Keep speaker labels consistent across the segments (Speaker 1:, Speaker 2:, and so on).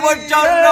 Speaker 1: buongiorno!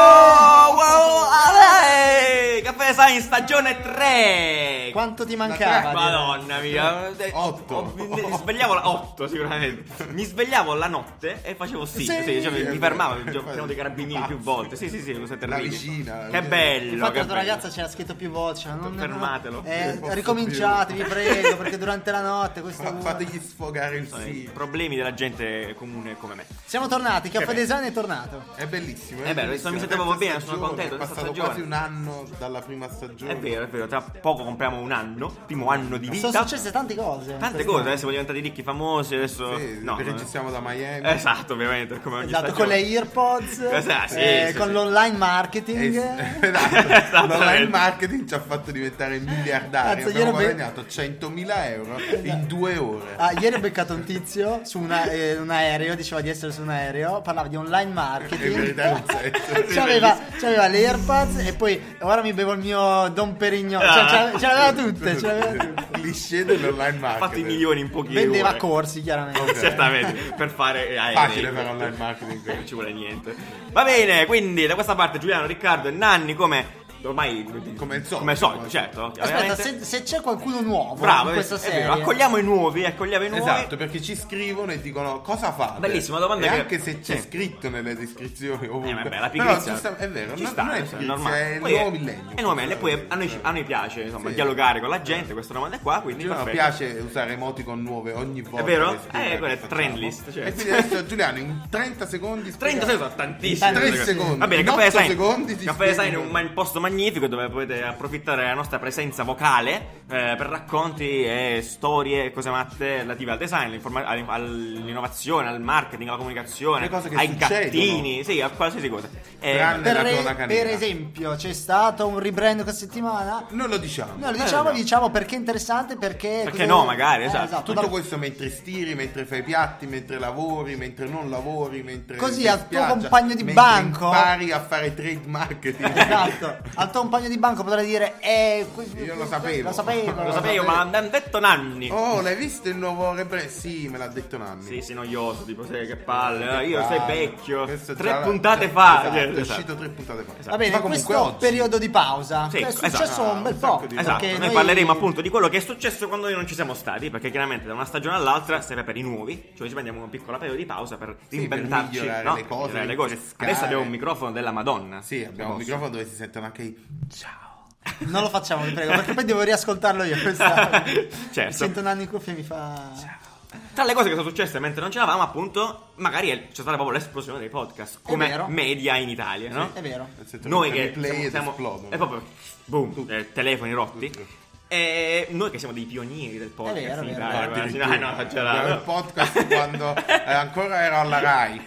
Speaker 1: Wow, Ale! Caffè Design stagione 3!
Speaker 2: Quanto ti mancava?
Speaker 1: Madonna mia!
Speaker 3: Otto.
Speaker 1: Oh, Mi, mi svegliavo la 8 sicuramente. Mi svegliavo la notte e facevo sì,
Speaker 2: Sì.
Speaker 1: sì, cioè, mi- mi fermavo, mi chiamavo dei carabinieri
Speaker 3: Pazzo.
Speaker 1: più volte. Sì, sì, sì, cose terribili.
Speaker 3: vicina, cioè, la
Speaker 1: Che
Speaker 3: vicina.
Speaker 1: bello!
Speaker 2: Infatti
Speaker 1: che
Speaker 2: la tua
Speaker 1: bello.
Speaker 2: ragazza c'era scritto più volte cioè, non- non-
Speaker 1: Fermatelo.
Speaker 2: eh,
Speaker 3: Non posso
Speaker 2: ricominciate
Speaker 3: più.
Speaker 2: vi prego perché durante la notte questo
Speaker 3: Fa- fategli sfogare il
Speaker 1: Sono i
Speaker 3: sì.
Speaker 1: Problemi della gente comune come me.
Speaker 2: siamo tornati Caffè
Speaker 1: Che
Speaker 2: Design è tornato
Speaker 3: È bellissimo. eh.
Speaker 1: È bello,
Speaker 3: bellissimo.
Speaker 1: mi sento
Speaker 3: Terza
Speaker 1: proprio bene, sono
Speaker 3: stagione,
Speaker 1: contento,
Speaker 3: È
Speaker 1: terza
Speaker 3: passato
Speaker 1: stagione.
Speaker 3: quasi un anno dalla prima stagione.
Speaker 1: È vero, è vero, tra poco compriamo un anno, primo anno di vita.
Speaker 2: sono successe tante cose
Speaker 1: Tante
Speaker 2: Perché-
Speaker 1: cose, eh. adesso vogliamo diventare ricchi, famosi, adesso...
Speaker 3: Sì,
Speaker 1: no,
Speaker 3: registriamo da Miami.
Speaker 1: Esatto, ovviamente, come ogni
Speaker 2: esatto
Speaker 1: stagione.
Speaker 2: con le earpods
Speaker 1: Esatto, sì,
Speaker 2: eh,
Speaker 1: sì,
Speaker 2: con
Speaker 1: sì. Eh,
Speaker 2: l'online
Speaker 3: E-
Speaker 2: marketing
Speaker 3: esatto, l'online
Speaker 1: Esattamente.
Speaker 3: marketing ci ha fatto diventare miliardari.
Speaker 2: Cazzo, ieri
Speaker 3: Abbiamo
Speaker 2: ho be-
Speaker 3: guadagnato 100.000 euro
Speaker 1: Esatto.
Speaker 3: in due ore.
Speaker 2: Ah, ieri ho beccato un tizio su una- eh, un aereo, diceva di essere su un aereo, parlava di online
Speaker 3: In verità non
Speaker 2: marketing.
Speaker 3: senso.
Speaker 2: C'aveva, c'aveva le AirPods e poi ora mi bevo il mio Don Perignon. Cioè, c'aveva- ce l'aveva tutte, ce l'aveva tutte.
Speaker 3: Cliché dell'online
Speaker 1: Ha
Speaker 3: marketing.
Speaker 1: fatto cioè. i milioni in pochi
Speaker 2: Vendeva
Speaker 1: ore.
Speaker 2: corsi, chiaramente.
Speaker 3: Ok.
Speaker 1: Certamente, per fare aerei.
Speaker 3: Facile per online
Speaker 1: eh.
Speaker 3: marketing.
Speaker 1: Non ci vuole niente. Va bene, quindi da questa parte Giuliano, Riccardo e Nanni come... Ormai...
Speaker 3: Come il solito.
Speaker 1: Come al solito, certo.
Speaker 2: Aspetta,
Speaker 1: ovviamente.
Speaker 2: se, se c'è qualcuno nuovo
Speaker 1: Bravo,
Speaker 2: in
Speaker 1: è,
Speaker 2: questa
Speaker 1: è
Speaker 2: serie,
Speaker 1: vero, accogliamo i nuovi, accogliamo i nuovi.
Speaker 3: Esatto, perché ci scrivono e dicono cosa fate.
Speaker 1: Bellissima domanda
Speaker 3: E
Speaker 1: che-
Speaker 3: anche se c'è
Speaker 1: sì.
Speaker 3: scritto nelle descrizioni ovunque.
Speaker 1: Eh, vabbè, la
Speaker 3: Però
Speaker 1: pigrizia.
Speaker 3: ci sta- è vero,
Speaker 1: Ci
Speaker 3: non,
Speaker 1: sta,
Speaker 3: non è
Speaker 1: cioè,
Speaker 3: pigrizia,
Speaker 1: normale.
Speaker 3: è il
Speaker 1: Poi
Speaker 3: nuovo millennio.
Speaker 1: È nuovo millennio, e poi a noi, ci- a noi piace, insomma,
Speaker 3: Sì.
Speaker 1: dialogare con la gente, questa domanda è qua, quindi
Speaker 3: Giuliano
Speaker 1: perfetto.
Speaker 3: piace usare emoticon nuove ogni volta.
Speaker 1: vero?
Speaker 3: che scrive
Speaker 1: Eh,
Speaker 3: che
Speaker 1: quella è
Speaker 3: facciamo.
Speaker 1: trend list, cioè.
Speaker 3: E quindi adesso Giuliano in 30 secondi
Speaker 1: 30
Speaker 3: spiega-
Speaker 1: secondi sono tantissimi.
Speaker 2: Tre
Speaker 1: ragazzi.
Speaker 3: secondi.
Speaker 1: Va bene,
Speaker 3: In
Speaker 1: Caffè
Speaker 3: otto
Speaker 1: Design.
Speaker 3: secondi ti
Speaker 1: Caffè Design è
Speaker 3: spiego.
Speaker 1: un, ma- un posto magnifico dove potete approfittare della nostra presenza vocale eh, per racconti e storie e cose matte relative al design, all'informa- all- all'innovazione, al marketing, alla comunicazione,
Speaker 3: Le cose che
Speaker 1: ai
Speaker 3: succedono.
Speaker 1: gattini, sì, a qualsiasi cosa. Eh,
Speaker 3: Tranne-
Speaker 2: Per,
Speaker 3: nella
Speaker 2: re-
Speaker 3: cronaca
Speaker 2: per
Speaker 3: nera.
Speaker 2: esempio, c'è stato un rebrand questa settimana.
Speaker 3: Non lo diciamo.
Speaker 2: Noi lo
Speaker 1: Eh,
Speaker 2: diciamo,
Speaker 1: no.
Speaker 2: diciamo perché è interessante, perché... Eh,
Speaker 1: Perché no, magari, esatto.
Speaker 3: Tutto
Speaker 2: da-
Speaker 3: questo mentre stiri, mentre fai i piatti, mentre lavori, mentre non lavori, mentre
Speaker 2: Così
Speaker 3: sei in
Speaker 2: al tuo
Speaker 3: spiaggia,
Speaker 2: compagno di
Speaker 3: mentre
Speaker 2: banco-
Speaker 3: impari a fare trade marketing.
Speaker 2: Esatto, al tuo compagno di banco potrai dire eh, que-
Speaker 3: Io lo sapevo.
Speaker 2: Lo sapevo.
Speaker 1: Lo sapevo, ma mi hanno detto Nanni.
Speaker 3: Oh, l'hai visto il nuovo rebrand? Sì, me l'ha detto Nanni.
Speaker 1: Sì, sei noioso, tipo, sei che palle, eh,
Speaker 3: Che
Speaker 1: io sei
Speaker 3: palle.
Speaker 1: vecchio.
Speaker 3: Questo
Speaker 1: Tre
Speaker 3: già la-
Speaker 1: puntate
Speaker 3: cioè,
Speaker 1: fa.
Speaker 3: esatto,
Speaker 1: Esatto,
Speaker 3: è uscito tre puntate fa.
Speaker 2: Va bene,
Speaker 3: Ma
Speaker 2: in
Speaker 3: comunque
Speaker 2: questo
Speaker 3: oggi-
Speaker 2: periodo di pausa
Speaker 1: Sì,
Speaker 2: è successo
Speaker 1: esatto.
Speaker 2: un bel
Speaker 3: Un
Speaker 2: po'.
Speaker 3: sacco di-
Speaker 1: Esatto,
Speaker 2: perché
Speaker 1: noi, parleremo appunto di quello che è successo quando noi non ci siamo stati, perché chiaramente da una stagione all'altra serve per i nuovi, cioè ci prendiamo un piccolo periodo di pausa per
Speaker 3: Sì,
Speaker 1: reinventarci,
Speaker 3: per migliorare
Speaker 1: no?
Speaker 3: le cose,
Speaker 1: Migliorare le cose.
Speaker 3: rinfrescare.
Speaker 1: Adesso abbiamo un microfono della Madonna.
Speaker 3: Sì, abbiamo un
Speaker 1: Posso?
Speaker 3: microfono dove si sentono anche i ciao.
Speaker 2: Non lo facciamo, vi prego, perché poi devo riascoltarlo io. Questa...
Speaker 1: Certo.
Speaker 2: Mi sento un anno in cuffia e mi fa.
Speaker 1: Tra le cose che sono successe mentre non c'eravamo, appunto, magari è- c'è stata proprio l'esplosione dei podcast, come
Speaker 2: vero.
Speaker 1: media in Italia, no?
Speaker 2: È vero.
Speaker 3: Nel senso
Speaker 1: Noi
Speaker 3: mettono
Speaker 1: che
Speaker 3: in play
Speaker 1: siamo,
Speaker 3: ed
Speaker 1: siamo-
Speaker 3: esplodono.
Speaker 1: è proprio boom,
Speaker 3: Tutto.
Speaker 1: eh, telefoni rotti.
Speaker 3: Tutto.
Speaker 1: E noi che siamo dei pionieri del podcast,
Speaker 2: È vero, è
Speaker 1: in
Speaker 2: vero.
Speaker 1: Italia,
Speaker 3: Ah, addirittura.
Speaker 1: guarda, Eh, no, no,
Speaker 3: Abbiamo il podcast quando eh, ancora ero alla Rai.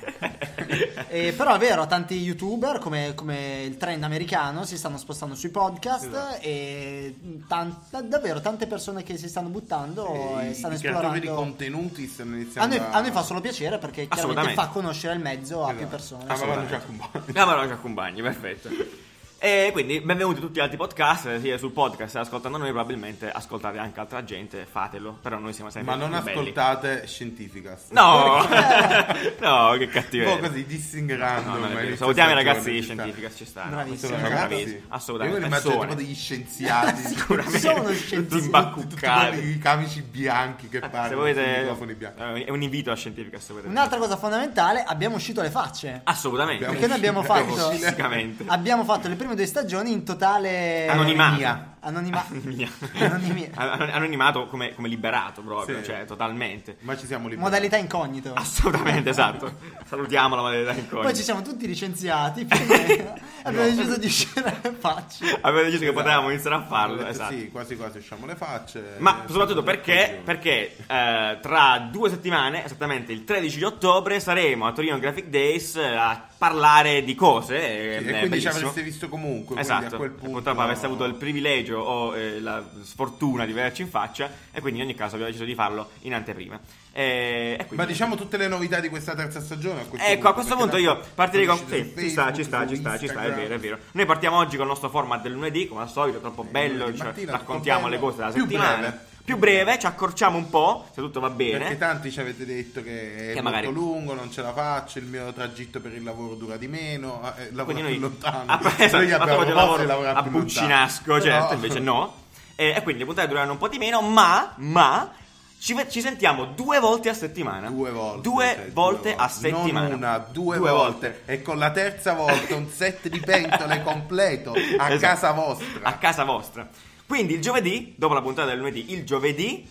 Speaker 2: Eh, però è vero, tanti youtuber come, come il trend americano si stanno spostando sui podcast
Speaker 3: Esatto.
Speaker 2: e tan- da- davvero tante persone che si stanno buttando e,
Speaker 3: I-
Speaker 2: stanno
Speaker 3: I creatori di
Speaker 2: Oh, esplorando.
Speaker 3: contenuti stanno
Speaker 2: A
Speaker 3: iniziando
Speaker 2: noi, a noi fa solo piacere perché chiaramente
Speaker 1: Assolutamente.
Speaker 2: fa conoscere il mezzo a
Speaker 3: Esatto.
Speaker 2: più persone.
Speaker 3: Ah, ma vanno
Speaker 1: Assolutamente.
Speaker 3: già con Boni.
Speaker 1: La parola Giacombagni, perfetto. E quindi benvenuti a tutti gli altri podcast, sia sul podcast, ascoltando noi probabilmente ascoltate anche altra gente, fatelo, però noi siamo sempre
Speaker 3: Ma non
Speaker 1: più belli.
Speaker 3: ascoltate Scientificas.
Speaker 1: No! no, che
Speaker 3: Un
Speaker 1: cattiveria.
Speaker 3: po' così dissing
Speaker 1: No,
Speaker 3: random.
Speaker 1: no, è vero.
Speaker 3: inizio
Speaker 1: salutiamo i
Speaker 3: stagione,
Speaker 1: ragazzi di
Speaker 3: ci sta.
Speaker 1: Scientificas, ci stanno.
Speaker 2: Bravissimi.
Speaker 1: Sono
Speaker 3: Sono
Speaker 1: ragazzi,
Speaker 3: ragazzi. Io
Speaker 1: assolutamente.
Speaker 3: mi immagino
Speaker 1: persone.
Speaker 3: tipo degli scienziati.
Speaker 1: Sicuramente.
Speaker 2: Sono
Speaker 1: tutti
Speaker 2: scientifici.
Speaker 3: Tutti
Speaker 1: imbacuccati.
Speaker 3: i camici bianchi che parlano.
Speaker 1: Eh, Se
Speaker 3: con i
Speaker 1: volete,
Speaker 3: microfoni bianchi.
Speaker 1: è un invito a Scientificas. se volete.
Speaker 2: Un'altra cosa fondamentale, abbiamo uscito le facce.
Speaker 1: Assolutamente.
Speaker 3: Abbiamo
Speaker 2: Perché noi abbiamo
Speaker 3: uscito le
Speaker 2: fatto,
Speaker 3: facce.
Speaker 1: Fisicamente.
Speaker 2: abbiamo fatto le prime due stagioni in totale
Speaker 1: Anonimato.
Speaker 2: Anonima-
Speaker 1: Anonimia.
Speaker 2: Anonimia.
Speaker 1: An- Anonimato come, come liberato proprio,
Speaker 3: Sì.
Speaker 1: cioè totalmente.
Speaker 3: Ma ci siamo liberati.
Speaker 2: modalità incognito.
Speaker 1: Assolutamente, esatto. Salutiamo la maledetta incognita.
Speaker 2: Poi ci siamo tutti licenziati. più o meno. abbiamo deciso di uscire le facce.
Speaker 1: Avevo deciso che
Speaker 3: Esatto.
Speaker 1: potevamo iniziare a farlo,
Speaker 3: Detto,
Speaker 1: esatto.
Speaker 3: Sì, quasi quasi usciamo le facce.
Speaker 1: Ma
Speaker 3: Eh,
Speaker 1: soprattutto
Speaker 3: stagione
Speaker 1: perché,
Speaker 3: stagione.
Speaker 1: perché eh, tra due settimane, esattamente il 13 di ottobre, saremo a Torino Graphic Days eh, a parlare di cose. eh, è
Speaker 3: Sì, e quindi ci
Speaker 1: bellissimo.
Speaker 3: avreste visto comunque. quindi
Speaker 1: Esatto,
Speaker 3: a quel punto...
Speaker 1: purtroppo avreste avuto il privilegio o eh, la sfortuna di vederci in faccia e quindi in ogni caso abbiamo deciso di farlo in anteprima. Eh, E, e quindi-
Speaker 3: Ma diciamo tutte le novità di questa terza stagione. A questo
Speaker 1: Ecco,
Speaker 3: punto,
Speaker 1: a questo punto
Speaker 3: perché
Speaker 1: io
Speaker 3: tanto
Speaker 1: partirei con.
Speaker 3: sono
Speaker 1: Sì,
Speaker 3: uscite su
Speaker 1: ci sta, ci
Speaker 3: Facebook,
Speaker 1: sta,
Speaker 3: su
Speaker 1: ci sta, ci sta, è
Speaker 3: Instagram.
Speaker 1: vero, è vero. Noi partiamo oggi con il nostro format del lunedì, come al solito, troppo bello.
Speaker 3: Eh, lunedì
Speaker 1: cioè,
Speaker 3: mattina, troppo
Speaker 1: raccontiamo
Speaker 3: bello.
Speaker 1: le cose della
Speaker 3: Più
Speaker 1: settimana.
Speaker 3: breve.
Speaker 1: Più breve, ci accorciamo un po', se tutto va
Speaker 3: Perché
Speaker 1: bene.
Speaker 3: tanti ci avete detto che è
Speaker 1: Che
Speaker 3: molto
Speaker 1: magari-
Speaker 3: lungo, non ce la faccio, il mio tragitto per il lavoro dura di meno, eh, eh, lavora
Speaker 1: Quindi noi
Speaker 3: più lontano.
Speaker 1: Ah, esatto,
Speaker 3: Noi gli
Speaker 1: abbiamo fatto
Speaker 3: abbiamo
Speaker 1: il
Speaker 3: proposto di
Speaker 1: lavoro
Speaker 3: lavorare
Speaker 1: a
Speaker 3: più lontano.
Speaker 1: Buccinasco, certo,
Speaker 3: Però-
Speaker 1: invece no. Eh, E, e quindi le puntate dureranno un po' di meno, ma, ma ci, ve- ci sentiamo due volte a settimana.
Speaker 3: Due volte.
Speaker 1: Due
Speaker 3: cioè,
Speaker 1: volte a settimana.
Speaker 3: Non una, due, volte. E con la terza volta un set di pentole completo a
Speaker 1: Esatto.
Speaker 3: casa vostra.
Speaker 1: A casa vostra. Quindi il giovedì, dopo la puntata del lunedì, il giovedì,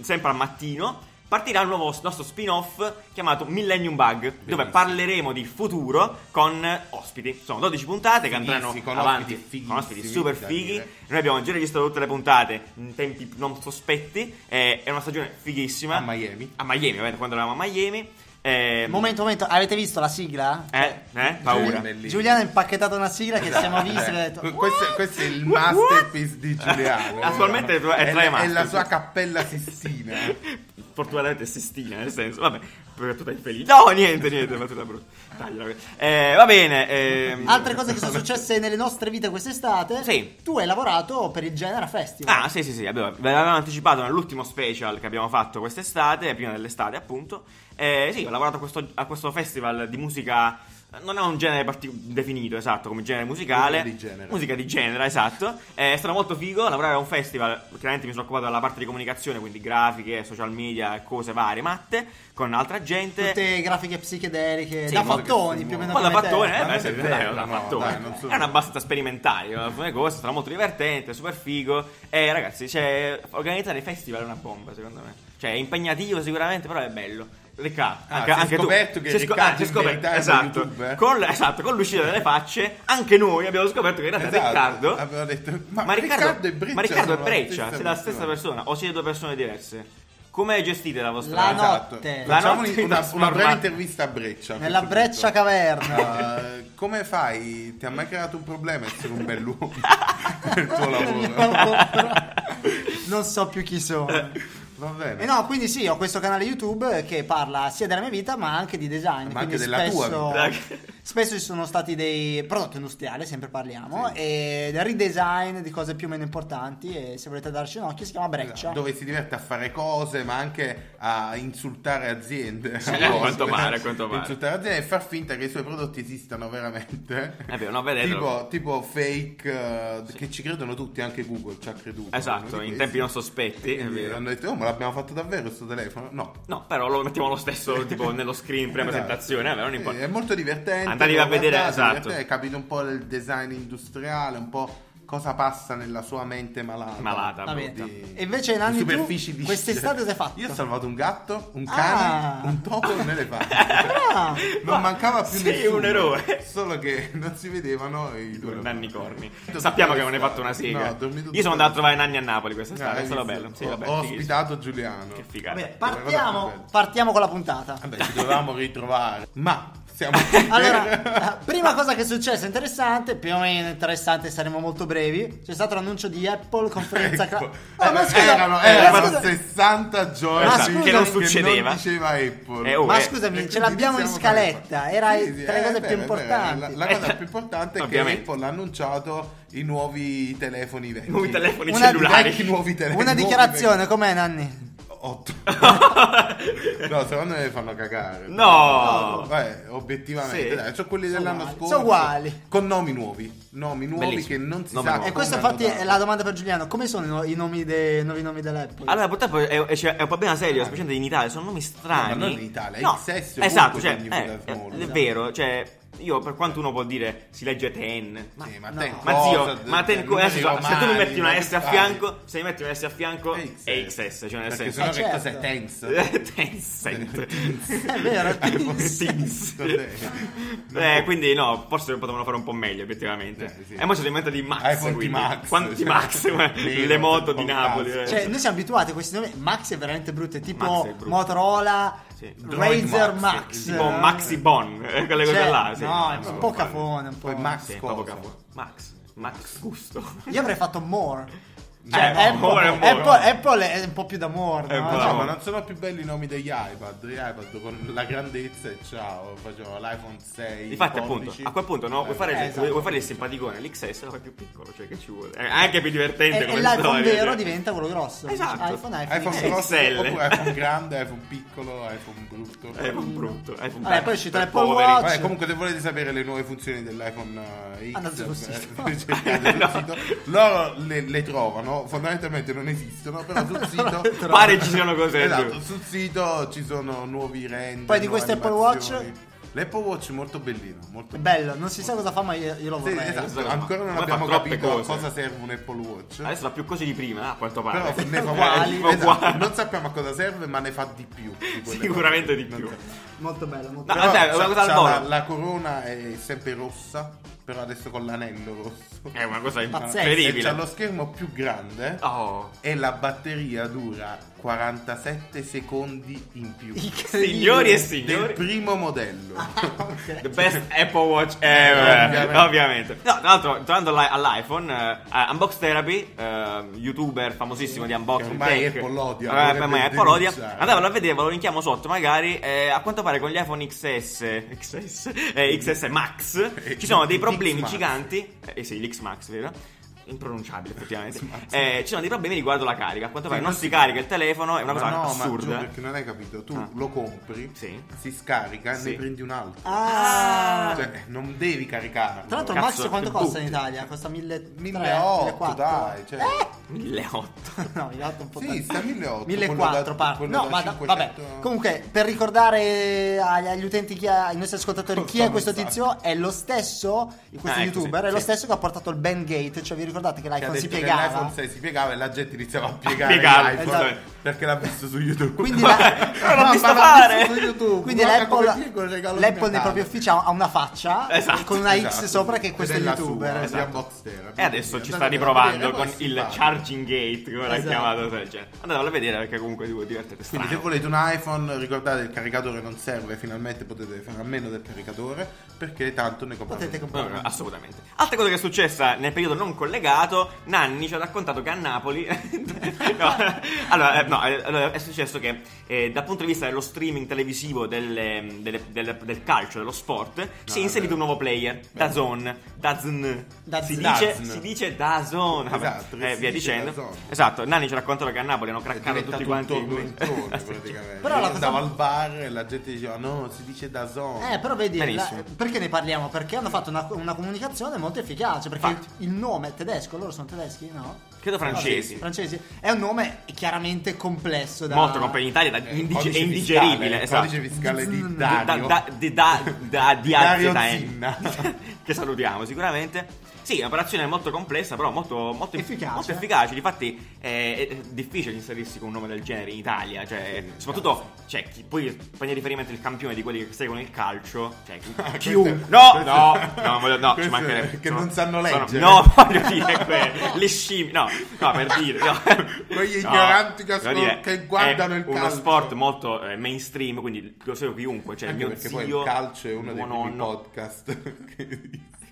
Speaker 1: sempre al mattino, partirà il nuovo nostro spin-off chiamato Millennium Bug, dove
Speaker 3: Benissimo.
Speaker 1: parleremo di futuro con ospiti. Sono 12 puntate che andranno
Speaker 3: Fighissimi, con
Speaker 1: avanti
Speaker 3: ospiti fighissimi,
Speaker 1: con ospiti super
Speaker 3: da
Speaker 1: fighi.
Speaker 3: dire.
Speaker 1: Noi abbiamo già registrato tutte le puntate in tempi non sospetti. eh, è una stagione fighissima.
Speaker 3: A Miami.
Speaker 1: A Miami, ovviamente, quando eravamo a Miami. Eh,
Speaker 2: Momento, momento, avete visto la sigla?
Speaker 1: Eh, eh, paura.
Speaker 3: Bellissimo.
Speaker 2: Giuliano ha impacchettato una sigla
Speaker 1: Esatto.
Speaker 2: che siamo
Speaker 1: Ecco.
Speaker 2: visti e abbiamo
Speaker 3: Eh,
Speaker 2: detto
Speaker 3: que- questo,
Speaker 2: "What?"
Speaker 3: questo è il
Speaker 1: What?
Speaker 3: masterpiece di Giuliano.
Speaker 1: Attualmente è tra- è tra i
Speaker 3: la- È la
Speaker 1: masterpiece.
Speaker 3: sua cappella Sistina.
Speaker 1: Fortunatamente Sistina, nel senso, vabbè, perché tu infelice. No, niente, niente, battuta brutta. Tagliala. Eh, va bene. ehm,
Speaker 2: Altre cose che sono successe nelle nostre vite quest'estate.
Speaker 1: Sì.
Speaker 2: Tu hai lavorato per il Genera Festival.
Speaker 1: Ah, sì, sì, sì, abbiamo- ve l'avevamo anticipato nell'ultimo special che abbiamo fatto quest'estate, prima dell'estate appunto. Eh, sì, ho lavorato a questo, a questo festival di musica, non è un genere partic- definito esatto come genere musicale.
Speaker 3: Musica di genere.
Speaker 1: Musica di genere, esatto. Eh, è stato molto figo lavorare a un festival, chiaramente mi sono occupato della parte di comunicazione, quindi grafiche, social media, e cose varie, matte, con altra gente.
Speaker 2: Tutte grafiche psichedeliche,
Speaker 1: Sì,
Speaker 2: da
Speaker 1: ma-
Speaker 2: fattoni più o meno.
Speaker 1: Un po' da
Speaker 2: come te.
Speaker 1: fattone, eh,
Speaker 3: Ma non
Speaker 1: beh,
Speaker 3: è
Speaker 1: sì,
Speaker 3: vero,
Speaker 1: dai, da
Speaker 3: no,
Speaker 1: fattone.
Speaker 3: dai, non sono-
Speaker 1: Erano abbastanza sperimentali, eh, alcune cose, sarà molto divertente, super figo. E ragazzi, cioè, organizzare i festival è una bomba, secondo me. Cioè, è impegnativo sicuramente, però è bello. Riccardo,
Speaker 3: Ah,
Speaker 1: anche,
Speaker 3: si è
Speaker 1: anche tu.
Speaker 3: scoperto che
Speaker 1: Si è sco-
Speaker 3: Riccardo
Speaker 1: ah, si è
Speaker 3: in
Speaker 1: scoperto,
Speaker 3: verità è un
Speaker 1: esatto.
Speaker 3: youtuber.
Speaker 1: Con, esatto, con l'uscita delle facce, anche noi abbiamo scoperto che in realtà
Speaker 3: Esatto.
Speaker 1: Riccardo...
Speaker 3: Abbiamo detto, ma,
Speaker 1: Ma, Riccardo,
Speaker 3: e Breccia.
Speaker 1: ma Riccardo e
Speaker 3: sono la
Speaker 1: Breccia,
Speaker 3: stessa
Speaker 1: siete la stessa persona o siete due persone diverse? Come gestite la vostra
Speaker 2: La
Speaker 1: vita?
Speaker 2: notte.
Speaker 1: Esatto. La
Speaker 3: Facciamo
Speaker 1: notte da
Speaker 3: una, una breve
Speaker 1: sformare.
Speaker 3: intervista a Breccia.
Speaker 1: eh.
Speaker 3: a
Speaker 2: Nella
Speaker 3: questo
Speaker 2: breccia
Speaker 3: punto.
Speaker 2: caverna.
Speaker 3: Eh, come fai? Ti ha mai creato un problema essere un bell'uomo nel tuo
Speaker 2: Nel mio
Speaker 3: lavoro?
Speaker 2: lavoro. non so più chi sono.
Speaker 3: Va bene.
Speaker 2: E no, quindi sì, ho questo canale YouTube che parla sia della mia vita ma anche di design.
Speaker 3: Ma anche
Speaker 2: quindi
Speaker 3: della tua
Speaker 2: spesso,
Speaker 1: vita.
Speaker 2: Spesso ci sono stati dei prodotti industriali, sempre parliamo,
Speaker 3: Sì.
Speaker 2: e del redesign di cose più o meno importanti. E se volete darci un occhio si chiama Breccia.
Speaker 3: Dove si diverte a fare cose, ma anche a insultare aziende.
Speaker 1: Sì, a quanto pare, a quanto pare.
Speaker 3: Insultare aziende e far finta che i suoi prodotti esistano veramente.
Speaker 1: Eh beh, no, vedetelo.
Speaker 3: Tipo, tipo fake, eh, che ci credono tutti, anche Google ci ha creduto.
Speaker 1: Esatto, in tempi non sospetti, è
Speaker 3: Quindi
Speaker 1: vero.
Speaker 3: hanno detto, oh, ma l'abbiamo fatto davvero questo telefono? No.
Speaker 1: No, però lo mettiamo lo stesso tipo nello screen prima
Speaker 3: Esatto.
Speaker 1: presentazione, vabbè, non importa.
Speaker 3: Sì, È molto divertente.
Speaker 1: Andatevi
Speaker 3: lo
Speaker 1: a vedere,
Speaker 3: guardate,
Speaker 1: esatto.
Speaker 3: divertente, Capite un po' il design industriale, un po' cosa passa nella sua mente malata.
Speaker 1: Malata,
Speaker 2: Va
Speaker 1: brutta.
Speaker 2: bene.
Speaker 3: Di-
Speaker 2: E invece, Nanni, tu
Speaker 3: superfici viscide.
Speaker 2: quest'estate cosa hai fatto?
Speaker 3: Io ho salvato un gatto, un
Speaker 2: Ah.
Speaker 3: cane, un topo e un elefante.
Speaker 2: Ah,
Speaker 1: Ma
Speaker 3: Non mancava più
Speaker 1: sei
Speaker 3: nessuno.
Speaker 1: un eroe.
Speaker 3: Solo che non si vedevano i due
Speaker 1: Nanni Corni. Sappiamo che non hai fatto una
Speaker 3: sigla
Speaker 1: sigla. Io sono andato a trovare Nanni a Napoli quest'estate,
Speaker 3: è
Speaker 1: è stato bello. Sì,
Speaker 3: ho,
Speaker 1: vabbè,
Speaker 3: Ah, ho
Speaker 1: fighissimo.
Speaker 3: ospitato Giuliano.
Speaker 1: Che figata.
Speaker 2: vabbè,
Speaker 3: Guarda che
Speaker 2: partiamo,
Speaker 3: bello.
Speaker 2: partiamo con la puntata.
Speaker 3: Vabbè, ci dovevamo ritrovare. Ma siamo qui per-
Speaker 1: ah,
Speaker 2: Allora, eh, prima cosa che è successa interessante, più o meno interessante, saremo molto brevi. C'è stato l'annuncio di Apple conferenza
Speaker 3: Ecco.
Speaker 2: cla- Ah, ma
Speaker 3: Eh,
Speaker 2: scusa,
Speaker 3: erano,
Speaker 2: eh,
Speaker 3: erano
Speaker 2: scusa-
Speaker 3: 60 giorni
Speaker 2: Ma scusa, che non
Speaker 1: succedeva.
Speaker 3: diceva Apple.
Speaker 1: Eh, oh,
Speaker 2: ma
Speaker 1: eh.
Speaker 3: E
Speaker 2: scusami, ce
Speaker 3: quindi
Speaker 2: l'abbiamo in
Speaker 3: diciamo
Speaker 2: scaletta.
Speaker 3: che-
Speaker 2: Era
Speaker 3: Sì, sì,
Speaker 2: tra le
Speaker 3: eh,
Speaker 2: cose più
Speaker 3: è vero, è vero.
Speaker 2: importanti.
Speaker 3: La, la cosa più importante è che
Speaker 1: Ovviamente.
Speaker 3: Apple ha annunciato i nuovi telefoni vecchi.
Speaker 1: Nuovi telefoni
Speaker 2: Una-
Speaker 1: cellulari.
Speaker 3: vecchi nuovi telefoni.
Speaker 2: Una
Speaker 3: nuovi
Speaker 2: dichiarazione, com'è, Nanni?
Speaker 3: vecchi. Otto. no, secondo me fanno cagare.
Speaker 1: No.
Speaker 3: Vabbè, obiettivamente,
Speaker 1: Sì.
Speaker 3: dai, sono quelli
Speaker 2: Sono
Speaker 3: dell'anno
Speaker 2: uguali.
Speaker 3: scorso.
Speaker 2: Sono uguali.
Speaker 3: Con nomi nuovi. Nomi nuovi
Speaker 1: Bellissimo.
Speaker 3: che non si
Speaker 1: Nomi nuovi.
Speaker 3: sa.
Speaker 2: E
Speaker 3: come
Speaker 2: Eh, questa,
Speaker 3: hanno
Speaker 2: infatti, è
Speaker 3: dato.
Speaker 2: la domanda per Giuliano: come sono i, no- i nomi dei i nuovi nomi dell'Apple?
Speaker 1: Allora, purtroppo è, è- cioè, è un problema serio, specialmente in Italia, sono nomi strani.
Speaker 3: Eh. No, ma non in Italia, XS ovunque
Speaker 1: esatto, cioè,
Speaker 3: significa
Speaker 1: eh,
Speaker 3: small.
Speaker 1: è vero, cioè, io per quanto uno può dire si legge ten, ma,
Speaker 3: Sì, ma
Speaker 2: no.
Speaker 3: te
Speaker 1: ma
Speaker 3: cosa,
Speaker 1: zio, ma ten,
Speaker 3: numeri
Speaker 1: eh, se, se tu mi
Speaker 3: romani,
Speaker 1: metti una
Speaker 3: ma
Speaker 1: S a
Speaker 3: che
Speaker 1: fianco, se mi metti una S a fianco
Speaker 3: fai?
Speaker 1: è
Speaker 3: XS.
Speaker 1: XS, cioè nel senso
Speaker 3: Perché sennò
Speaker 2: Eh,
Speaker 3: che
Speaker 2: certo.
Speaker 3: cos'è tense?
Speaker 1: Eh, Tencent.
Speaker 2: è vero,
Speaker 1: Teens.
Speaker 3: Cos'è?
Speaker 1: Eh, quindi no, forse potevano fare un po' meglio effettivamente.
Speaker 3: Eh, sì.
Speaker 1: E mo ci sono inventati i Max,
Speaker 3: iPhone
Speaker 1: quindi.
Speaker 3: T-Max,
Speaker 1: Quanti
Speaker 3: cioè.
Speaker 1: Max, ma-
Speaker 3: Leo,
Speaker 1: le moto di
Speaker 3: Tom
Speaker 1: Napoli.
Speaker 3: Cruise.
Speaker 1: eh.
Speaker 2: Cioè, noi siamo abituati a questi nomi. Max è veramente brutto, è tipo
Speaker 1: Max è brutto.
Speaker 2: Motorola,
Speaker 1: Sì.
Speaker 3: Droid
Speaker 2: Razer
Speaker 3: Max,
Speaker 2: Max.
Speaker 1: tipo Maxi Bon, eh, quelle
Speaker 2: Cioè,
Speaker 1: cose là. sì.
Speaker 2: No, è
Speaker 1: Sì,
Speaker 2: un
Speaker 3: no,
Speaker 2: po'
Speaker 3: no.
Speaker 2: cafone, un po'.
Speaker 3: Poi Max
Speaker 1: Ah, sì, è
Speaker 3: cosa?
Speaker 1: proprio capo. Max, Max Gusto.
Speaker 2: Io avrei fatto more. Cioè,
Speaker 1: Eh,
Speaker 2: Apple,
Speaker 1: amore, amore.
Speaker 2: Apple- Apple è un po' più d'amore.
Speaker 1: Apple,
Speaker 2: no?
Speaker 3: No,
Speaker 1: amore.
Speaker 2: Cioè,
Speaker 3: ma non sono più belli i nomi degli iPad. Gli iPad con la grandezza e ciao, facevano l'iPhone 6.
Speaker 1: Infatti,
Speaker 3: i
Speaker 1: appunto,
Speaker 3: 14.
Speaker 1: a quel punto, no, vuoi fare,
Speaker 2: Eh,
Speaker 1: il-
Speaker 2: esatto.
Speaker 1: vuoi fare il simpaticone, l'XS lo fai più piccolo, cioè che ci vuole. È anche più divertente
Speaker 2: e,
Speaker 1: come
Speaker 2: e l'iPhone
Speaker 1: storia,
Speaker 2: vero
Speaker 1: cioè.
Speaker 2: diventa quello grosso.
Speaker 1: Esatto.
Speaker 2: iPhone, iPhone.
Speaker 3: iPhone
Speaker 2: XS.
Speaker 3: grosso,
Speaker 1: XL.
Speaker 3: oppure iPhone grande, iPhone piccolo, iPhone brutto.
Speaker 1: Eh, È un brutto. È un
Speaker 2: Vabbè, poi è uscito
Speaker 1: per
Speaker 2: l'Apple
Speaker 1: poveri.
Speaker 2: Watch.
Speaker 3: Vabbè, comunque se volete sapere le nuove funzioni dell'iPhone eh, X
Speaker 2: Andate sul
Speaker 3: eh,
Speaker 2: sito.
Speaker 3: cercate sul sito. loro le, le trovano, fondamentalmente non esistono, però sul sito
Speaker 1: Pare ci siano cose,
Speaker 3: Esatto,
Speaker 1: giù.
Speaker 3: sul sito ci sono nuovi render.
Speaker 2: Poi di
Speaker 3: nuove
Speaker 2: questo Apple
Speaker 3: animazioni.
Speaker 2: Watch?
Speaker 3: L'Apple Watch è molto bellino, molto
Speaker 2: È bello, non si sa cosa fa, ma io, io lo
Speaker 3: Sì,
Speaker 2: vorrei.
Speaker 3: esatto,
Speaker 1: Esatto,
Speaker 3: ancora
Speaker 1: ma
Speaker 3: non
Speaker 1: fa
Speaker 3: abbiamo
Speaker 1: troppe
Speaker 3: capito a
Speaker 1: cose.
Speaker 3: cosa serve un Apple Watch.
Speaker 1: Adesso fa più cose di prima, a quanto
Speaker 3: Però
Speaker 1: pare.
Speaker 3: ne fa
Speaker 2: Uguali.
Speaker 1: Eh,
Speaker 3: uguali.
Speaker 1: fa
Speaker 3: Esatto,
Speaker 1: uguali.
Speaker 3: non sappiamo a cosa serve, ma ne fa di più. di quelle
Speaker 1: Sicuramente
Speaker 3: cose.
Speaker 1: di
Speaker 3: Non
Speaker 1: più.
Speaker 3: sa-
Speaker 2: Molto bello, molto
Speaker 1: No,
Speaker 2: bello.
Speaker 1: Ah, dai,
Speaker 3: C'ha-
Speaker 1: una cosa al
Speaker 3: c'ha
Speaker 1: volo.
Speaker 3: la, la corona è sempre rossa, però adesso con l'anello rosso.
Speaker 1: È una cosa
Speaker 2: Pazzesco.
Speaker 3: E Ah, c'ha
Speaker 1: incredibile.
Speaker 3: lo schermo più grande
Speaker 1: Oh,
Speaker 3: e la batteria dura 47 secondi in più.
Speaker 2: Incredibile.
Speaker 1: signori e
Speaker 3: Del
Speaker 1: signori. Ah,
Speaker 3: primo modello.
Speaker 2: Ok.
Speaker 1: The best Apple Watch ever,
Speaker 3: Eh, Ovviamente.
Speaker 1: ovviamente. No, tra l'altro, tornando alla- all'iPhone, eh, eh, Unbox Therapy, eh, youtuber famosissimo di unboxing,
Speaker 3: Che ormai
Speaker 1: tech,
Speaker 3: Apple odia,
Speaker 1: eh,
Speaker 3: vorrebbe
Speaker 1: ormai Apple odia.
Speaker 3: denunciare.
Speaker 1: Andavano a vedere, ve lo linkiamo sotto magari. eh, a quanto pare con gli iPhone XS, XS, eh, XS Max ci sono dei problemi
Speaker 3: X-Max.
Speaker 1: giganti. Eh sì, l'X Max, vero? Impronunciabile, effettivamente. Eh, ci sono dei problemi riguardo la carica. A quanto pare
Speaker 3: Sì,
Speaker 1: non
Speaker 3: ma
Speaker 1: si
Speaker 3: sì.
Speaker 1: carica il telefono, è una cosa
Speaker 3: ma no,
Speaker 1: assurda.
Speaker 3: ma giù, perché non hai capito. Tu
Speaker 1: Ah.
Speaker 3: lo compri,
Speaker 1: Sì.
Speaker 3: si scarica
Speaker 1: Sì.
Speaker 3: e ne prendi un altro.
Speaker 2: Ah.
Speaker 3: Cioè, non devi caricarlo.
Speaker 2: Tra l'altro,
Speaker 1: Cazzo,
Speaker 2: Max quanto
Speaker 1: che
Speaker 2: costa
Speaker 1: butti.
Speaker 2: in Italia? Costa 1.300,
Speaker 3: 1.800,
Speaker 2: 1.400.
Speaker 3: dai. Cioè,
Speaker 1: 1.800.
Speaker 2: Eh! No, mi ha dato un po'
Speaker 3: Sì,
Speaker 2: tanto.
Speaker 3: sta 1.800.
Speaker 2: 1400 parte.
Speaker 3: quello
Speaker 2: No,
Speaker 3: da
Speaker 2: ma da-
Speaker 3: 500.
Speaker 2: vabbè. Comunque, per ricordare agli, agli utenti, chi ha- ai nostri ascoltatori, chi è questo tizio, è lo stesso, questo
Speaker 1: Ah, ecco,
Speaker 2: youtuber,
Speaker 1: sì,
Speaker 2: è lo
Speaker 1: sì.
Speaker 2: stesso che ha portato il Bandgate, cioè vi ricordate che
Speaker 3: Che ha
Speaker 2: l'iPhone
Speaker 3: detto
Speaker 2: si
Speaker 3: che
Speaker 2: piegava?
Speaker 3: L'iPhone 6 si piegava e la gente iniziava a piegare,
Speaker 1: piegare,
Speaker 3: l'iPhone
Speaker 1: esatto.
Speaker 3: perché l'ha visto su YouTube.
Speaker 2: Quindi
Speaker 3: Ma-
Speaker 2: la-
Speaker 1: Però l'ho
Speaker 3: ma
Speaker 1: visto
Speaker 3: l'ha
Speaker 1: fare!
Speaker 3: su YouTube.
Speaker 2: Quindi
Speaker 3: guarda come
Speaker 2: l'Apple,
Speaker 3: piego il regalo di
Speaker 2: l'Apple nei
Speaker 3: Natale.
Speaker 2: propri uffici ha ha una faccia
Speaker 1: Esatto,
Speaker 2: con una X
Speaker 3: Esatto.
Speaker 2: sopra che
Speaker 3: Ed
Speaker 2: questo eh.
Speaker 3: è la
Speaker 2: youtuber.
Speaker 3: sua,
Speaker 1: esatto.
Speaker 3: di Unbox Therapy.
Speaker 1: E adesso
Speaker 3: Quindi
Speaker 1: ci sta
Speaker 3: Eh, andate a
Speaker 1: riprovando
Speaker 3: vedere,
Speaker 1: con
Speaker 3: poi si
Speaker 1: il
Speaker 3: parla.
Speaker 1: charging gate, come l'ha
Speaker 2: Esatto.
Speaker 1: chiamato. sai, cioè, Andatelo a vedere perché comunque vi divertete strano.
Speaker 3: Quindi se volete un iPhone ricordate il caricatore non serve, finalmente potete fare a meno del caricatore perché tanto ne comprate.
Speaker 2: Potete
Speaker 3: uno.
Speaker 1: No, no,
Speaker 2: comprare.
Speaker 1: assolutamente. Altra cosa che è successa nel periodo non collegato, Nanni ci ha raccontato che a Napoli. No, allora, eh, no, eh, allora, è successo che eh, dal punto di vista dello streaming televisivo delle- delle- delle- del calcio, dello sport, si è
Speaker 3: vabbè.
Speaker 1: inserito un nuovo player, Dazon. Dazn.
Speaker 2: Dazn.
Speaker 1: Si dice,
Speaker 3: Dazn.
Speaker 1: si dice Dazon. Vabbè,
Speaker 3: Esatto, che
Speaker 1: eh,
Speaker 3: si
Speaker 1: via
Speaker 3: dice
Speaker 1: dicendo.
Speaker 3: Dazon.
Speaker 1: Esatto, Nanni ci ha raccontato che a Napoli hanno
Speaker 3: È
Speaker 1: craccato tutti
Speaker 3: diventato un
Speaker 1: quanti.
Speaker 3: tormentone
Speaker 1: Esatto.
Speaker 3: praticamente.
Speaker 2: Però
Speaker 3: Io
Speaker 2: la cosa-
Speaker 3: andavo al bar e la gente diceva no, si dice da zone.
Speaker 2: Eh, però vedi,
Speaker 1: Benissimo.
Speaker 2: la- perché ne parliamo? Perché hanno fatto una, una comunicazione molto efficace. Perché il,
Speaker 1: Infatti.
Speaker 2: il nome è tedesco, loro sono tedeschi, no? Ah,
Speaker 1: Credo francesi.
Speaker 2: Francesi. È un nome chiaramente complesso da...
Speaker 1: Molto compagno in Italia, da-
Speaker 3: Eh,
Speaker 1: indige-
Speaker 3: codice
Speaker 1: è indigeribile.
Speaker 3: fiscale,
Speaker 1: Esatto.
Speaker 3: Codice fiscale di
Speaker 1: da,
Speaker 3: Dario.
Speaker 1: da- cioè, di- da- da- di
Speaker 3: Dario
Speaker 1: AZN.
Speaker 3: Zinna.
Speaker 1: che salutiamo sicuramente. Sì, è un'operazione molto complessa, però molto, molto
Speaker 2: Efficace.
Speaker 3: eh?
Speaker 1: molto efficace. Difatti è, è difficile inserirsi con un nome del genere in Italia. Cioè, soprattutto, cioè, chi, poi prendi riferimento il campione di quelli che seguono il calcio. Cioè, chi- chiunque-
Speaker 3: Ah, questo-
Speaker 1: no,
Speaker 3: questo-
Speaker 1: no, no, voglio- no, ci
Speaker 3: questo
Speaker 1: mancherebbe.
Speaker 3: è che
Speaker 1: sono-
Speaker 3: non sanno
Speaker 1: sono-
Speaker 3: leggere.
Speaker 1: no, voglio dire quello. Le scimmie, no, no, per dire. No.
Speaker 3: Quegli
Speaker 1: No,
Speaker 3: ignoranti che
Speaker 1: voglio
Speaker 3: ascol- che
Speaker 1: è
Speaker 3: guardano il
Speaker 1: Uno
Speaker 3: calcio.
Speaker 1: sport molto eh, mainstream, quindi lo segue chiunque. Cioè,
Speaker 3: Anche
Speaker 1: mio
Speaker 3: perché poi
Speaker 1: zio,
Speaker 3: il calcio è uno
Speaker 1: mio
Speaker 3: dei primi
Speaker 1: nonno.
Speaker 3: podcast che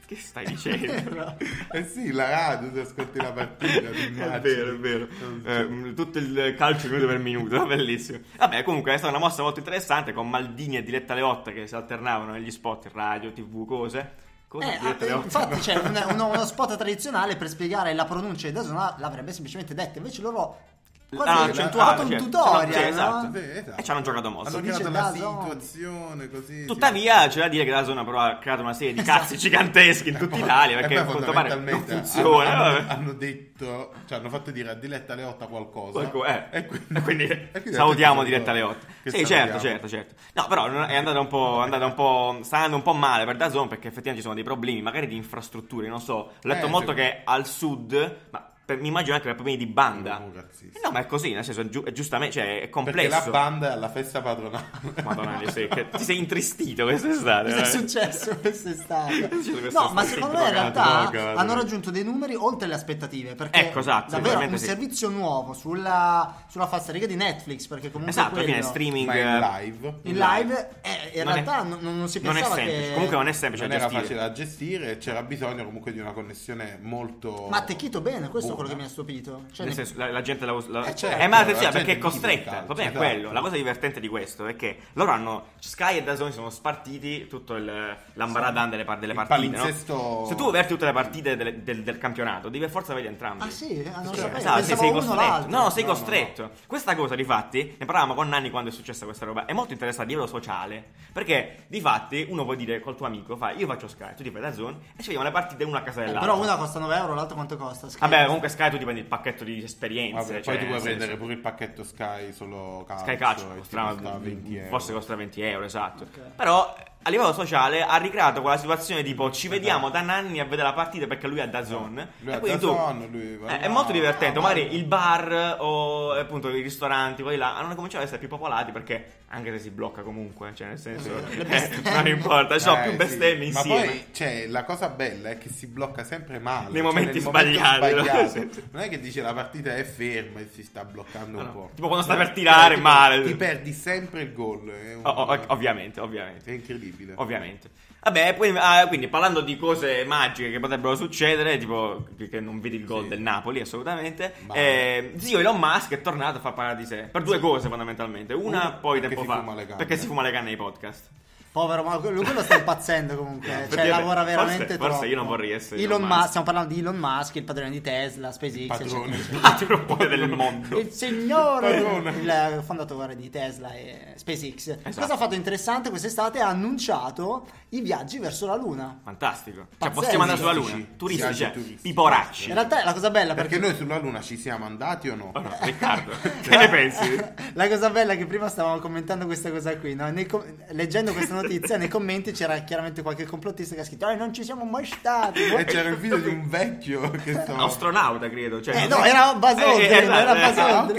Speaker 1: Che stai dicendo?
Speaker 3: Eh sì, la radio, ti ascolti la partita, ti
Speaker 1: è
Speaker 3: immagini.
Speaker 1: vero, è vero. Eh, tutto il calcio minuto per minuto, bellissimo. Vabbè, comunque è stata una mossa molto interessante con Maldini e Diletta Leotta che si alternavano negli spot, radio, tv, cose. Cosa
Speaker 2: Eh,
Speaker 1: Diletta
Speaker 2: eh,
Speaker 1: Leotta?
Speaker 2: infatti c'è un- uno, uno spot tradizionale per spiegare la pronuncia di Dazona l'avrebbe semplicentemente detta, invece loro
Speaker 3: Ah,
Speaker 2: quasi
Speaker 1: L'hanno
Speaker 2: hanno accentuato
Speaker 1: accentuata,
Speaker 2: un
Speaker 1: certo.
Speaker 2: tutorial,
Speaker 1: Sì,
Speaker 2: no?
Speaker 1: esatto.
Speaker 3: cioè, Sì, esatto.
Speaker 1: E ci hanno giocato mosso.
Speaker 3: Hanno
Speaker 2: Si dice
Speaker 3: creato la
Speaker 2: da zone.
Speaker 3: situazione così.
Speaker 1: Tuttavia, c'è da dire che la zona però ha creato una serie di
Speaker 2: Esatto.
Speaker 1: cazzi giganteschi in
Speaker 2: Eh,
Speaker 1: tutta Italia perché
Speaker 3: E
Speaker 1: a
Speaker 3: Eh, poi
Speaker 1: quanto pare non
Speaker 3: fondamentalmente
Speaker 1: funziona.
Speaker 3: Hanno, hanno-
Speaker 1: vabbè.
Speaker 3: hanno detto, cioè hanno fatto dire a Diletta Leotta qualcosa.
Speaker 1: Ecco, eh.
Speaker 3: E
Speaker 1: E quindi
Speaker 3: e quindi
Speaker 1: salutiamo
Speaker 3: detto
Speaker 1: diretta alle 8.
Speaker 3: che
Speaker 1: Sì, certo,
Speaker 3: salutiamo.
Speaker 1: certo, certo. No, però non- è andata un po', è andata un po', sta andando un po' male per Dazon perché effettivamente ci sono dei problemi, magari di infrastrutture, non so. Ho letto
Speaker 3: Eh,
Speaker 1: molto
Speaker 3: sì.
Speaker 1: che al sud, ma per- mi immagino anche per problemi di banda.
Speaker 3: Un razzista.
Speaker 1: Eh No, ma è così, nel senso è, giu- è giustamente, cioè è
Speaker 3: Perché la
Speaker 1: complesso.
Speaker 3: banda è alla festa patronale.
Speaker 1: Madonna, io sei- che- ti sei intristito quest'estate.
Speaker 2: Cosa è
Speaker 1: veramente.
Speaker 2: successo quest'estate?
Speaker 1: Eh. Cosa è successo?
Speaker 2: No, ma secondo me in
Speaker 1: Drogato,
Speaker 2: realtà
Speaker 3: drogato.
Speaker 2: hanno raggiunto dei numeri oltre le aspettative. Perché
Speaker 1: Ecco, esatto,
Speaker 2: davvero
Speaker 1: sicuramente
Speaker 2: un
Speaker 1: sì.
Speaker 2: servizio nuovo sulla, sulla falsariga di Netflix. Perché comunque
Speaker 1: Esatto, alla fine è
Speaker 2: quello-
Speaker 1: streaming
Speaker 3: Ma in
Speaker 1: eh,
Speaker 3: live.
Speaker 2: in live eh, in
Speaker 1: Non è-
Speaker 2: realtà non, non si
Speaker 1: non è
Speaker 2: pensava
Speaker 1: semplice.
Speaker 2: che
Speaker 1: Comunque non è semplice
Speaker 3: non
Speaker 1: da
Speaker 3: era
Speaker 1: gestire.
Speaker 3: facile da gestire, c'era bisogno comunque di una connessione molto.
Speaker 2: ma ha attecchito bene questo quello che mi ha stupito.
Speaker 1: Boh.
Speaker 2: Cioè,
Speaker 1: Nel
Speaker 2: ne-
Speaker 1: senso, la, la gente la usa. la-
Speaker 3: Eh, certo,
Speaker 1: eh, ma
Speaker 3: la
Speaker 1: attenzione,
Speaker 3: gente
Speaker 1: perché è
Speaker 3: vive in
Speaker 1: costretta.
Speaker 3: Italia,
Speaker 1: Il problema è
Speaker 3: esatto.
Speaker 1: quello. La cosa divertente di questo è che loro hanno. Sky e Dazon sono spartiti tutto il, l'ambaradan delle, par- delle
Speaker 3: Il
Speaker 1: partite. no?
Speaker 3: palinsesto-
Speaker 1: Se tu avverti tutte le partite delle- del, del campionato, devi per forza vedere entrambi.
Speaker 2: Ah sì, ah, non lo
Speaker 1: Sì,
Speaker 2: sapevo.
Speaker 1: esatto, sei,
Speaker 2: Pensavo
Speaker 1: sei
Speaker 2: uno
Speaker 1: costretto.
Speaker 2: l'altro.
Speaker 1: No, sei
Speaker 3: No, no,
Speaker 1: costretto. Questa cosa, difatti, ne parlavamo con Nanni quando è successa questa roba. È molto interessante a livello sociale. Perché, difatti, uno può dire col tuo amico: fai, io faccio Sky, tu ti fai da zone e ci vediamo le partite una a casa
Speaker 2: Eh,
Speaker 1: dell'altra.
Speaker 2: però una costa 9 euro, l'altra quanto costa? Scherzo.
Speaker 1: Vabbè, comunque Sky tu ti prendi il pacchetto di esperienze.
Speaker 3: Vabbè,
Speaker 1: cioè,
Speaker 3: poi ti puoi
Speaker 1: nel senso-
Speaker 3: prendere pure il pacchetto Sky solo calcio.
Speaker 1: Sky Calcio
Speaker 3: e ti
Speaker 1: costerà
Speaker 3: costa 20 euro.
Speaker 1: forse costa 20 euro, esatto.
Speaker 2: Ok.
Speaker 1: Però a livello sociale ha ricreato quella situazione tipo ci vediamo da Nanni a vedere la partita perché lui ha da zone.
Speaker 3: Eh, Lui ha DAZN, lui va
Speaker 1: Eh, è
Speaker 3: là. Ah,
Speaker 1: molto divertente, magari il bar o appunto i ristoranti, quelli là hanno cominciato ad essere più popolati perché anche se si blocca comunque, cioè nel senso
Speaker 2: Le
Speaker 1: eh,
Speaker 2: bestemmie.
Speaker 1: non importa, ci sono
Speaker 3: Eh,
Speaker 1: Cioè, più
Speaker 3: sì.
Speaker 1: bestemmie insieme.
Speaker 3: Ma poi, cioè, la cosa bella è che si blocca sempre male.
Speaker 1: Nei
Speaker 3: cioè,
Speaker 1: momenti
Speaker 3: nel momento
Speaker 1: sbagliati, no?
Speaker 3: sbagliato.
Speaker 1: Sì, sì.
Speaker 3: Non è che dice la partita è ferma e si sta bloccando
Speaker 1: No,
Speaker 3: un
Speaker 1: no.
Speaker 3: po'.
Speaker 1: Tipo quando sta
Speaker 3: No,
Speaker 1: per tirare,
Speaker 3: ti-
Speaker 1: male.
Speaker 3: Ti perdi sempre il gol. È, un-
Speaker 1: Oh, oh, ov- ovviamente, ovviamente.
Speaker 3: è incredibile.
Speaker 1: Ovviamente. Vabbè, poi, ah, quindi parlando di cose magiche che potrebbero succedere, tipo che non vedi il gol
Speaker 3: Sì.
Speaker 1: del Napoli assolutamente,
Speaker 3: Ma-
Speaker 1: eh, zio Elon Musk è tornato a far parlare di sé per due cose fondamentalmente. Una,
Speaker 3: Uno,
Speaker 1: poi
Speaker 3: perché
Speaker 1: tempo
Speaker 3: si
Speaker 1: fa,
Speaker 3: fuma le canne.
Speaker 1: perché si fuma le canne nei podcast.
Speaker 2: Povero, ma quello, quello sta impazzendo comunque. cioè,
Speaker 1: Effettivamente,
Speaker 2: lavora
Speaker 1: forse-
Speaker 2: veramente
Speaker 1: forse
Speaker 2: troppo.
Speaker 1: io non vorrei essere
Speaker 2: Elon
Speaker 1: Elon
Speaker 2: Musk.
Speaker 1: Musk.
Speaker 2: Stiamo parlando di Elon Musk, il padrone di Tesla,
Speaker 3: Il
Speaker 2: SpaceX. eccetera.
Speaker 3: padrone.
Speaker 1: Padrone del mondo.
Speaker 2: Il signore,
Speaker 3: Padrone.
Speaker 2: il fondatore di Tesla e SpaceX.
Speaker 1: Esatto.
Speaker 2: Cosa ha fatto interessante quest'estate? Ha annunciato i viaggi verso la Luna.
Speaker 1: Fantastico. Cioè,
Speaker 2: Pazzesco.
Speaker 1: possiamo andare sulla Luna.
Speaker 3: Turistici.
Speaker 1: Turistici,
Speaker 3: Viaggi
Speaker 1: cioè,
Speaker 3: turistici.
Speaker 1: piporacci.
Speaker 2: In realtà è la cosa bella
Speaker 3: Perché
Speaker 2: perché,
Speaker 3: noi sulla Luna ci siamo andati o no?
Speaker 1: Oh no, Riccardo, che ne pensi?
Speaker 2: La cosa bella è che prima stavamo commentando questa cosa qui, no? Nei com- leggendo questa notizia nei commenti c'era chiaramente qualche complottista che ha scritto "Ah, non ci siamo mai stati".
Speaker 3: E c'era il video di un vecchio che stava...
Speaker 1: Astronauta, credo. Cioè,
Speaker 2: Eh,
Speaker 1: non-
Speaker 2: no, era Basol,
Speaker 1: Eh, eh,
Speaker 2: credo,
Speaker 1: esatto,
Speaker 2: era
Speaker 1: eh,
Speaker 2: Basol.
Speaker 3: Ah, ok,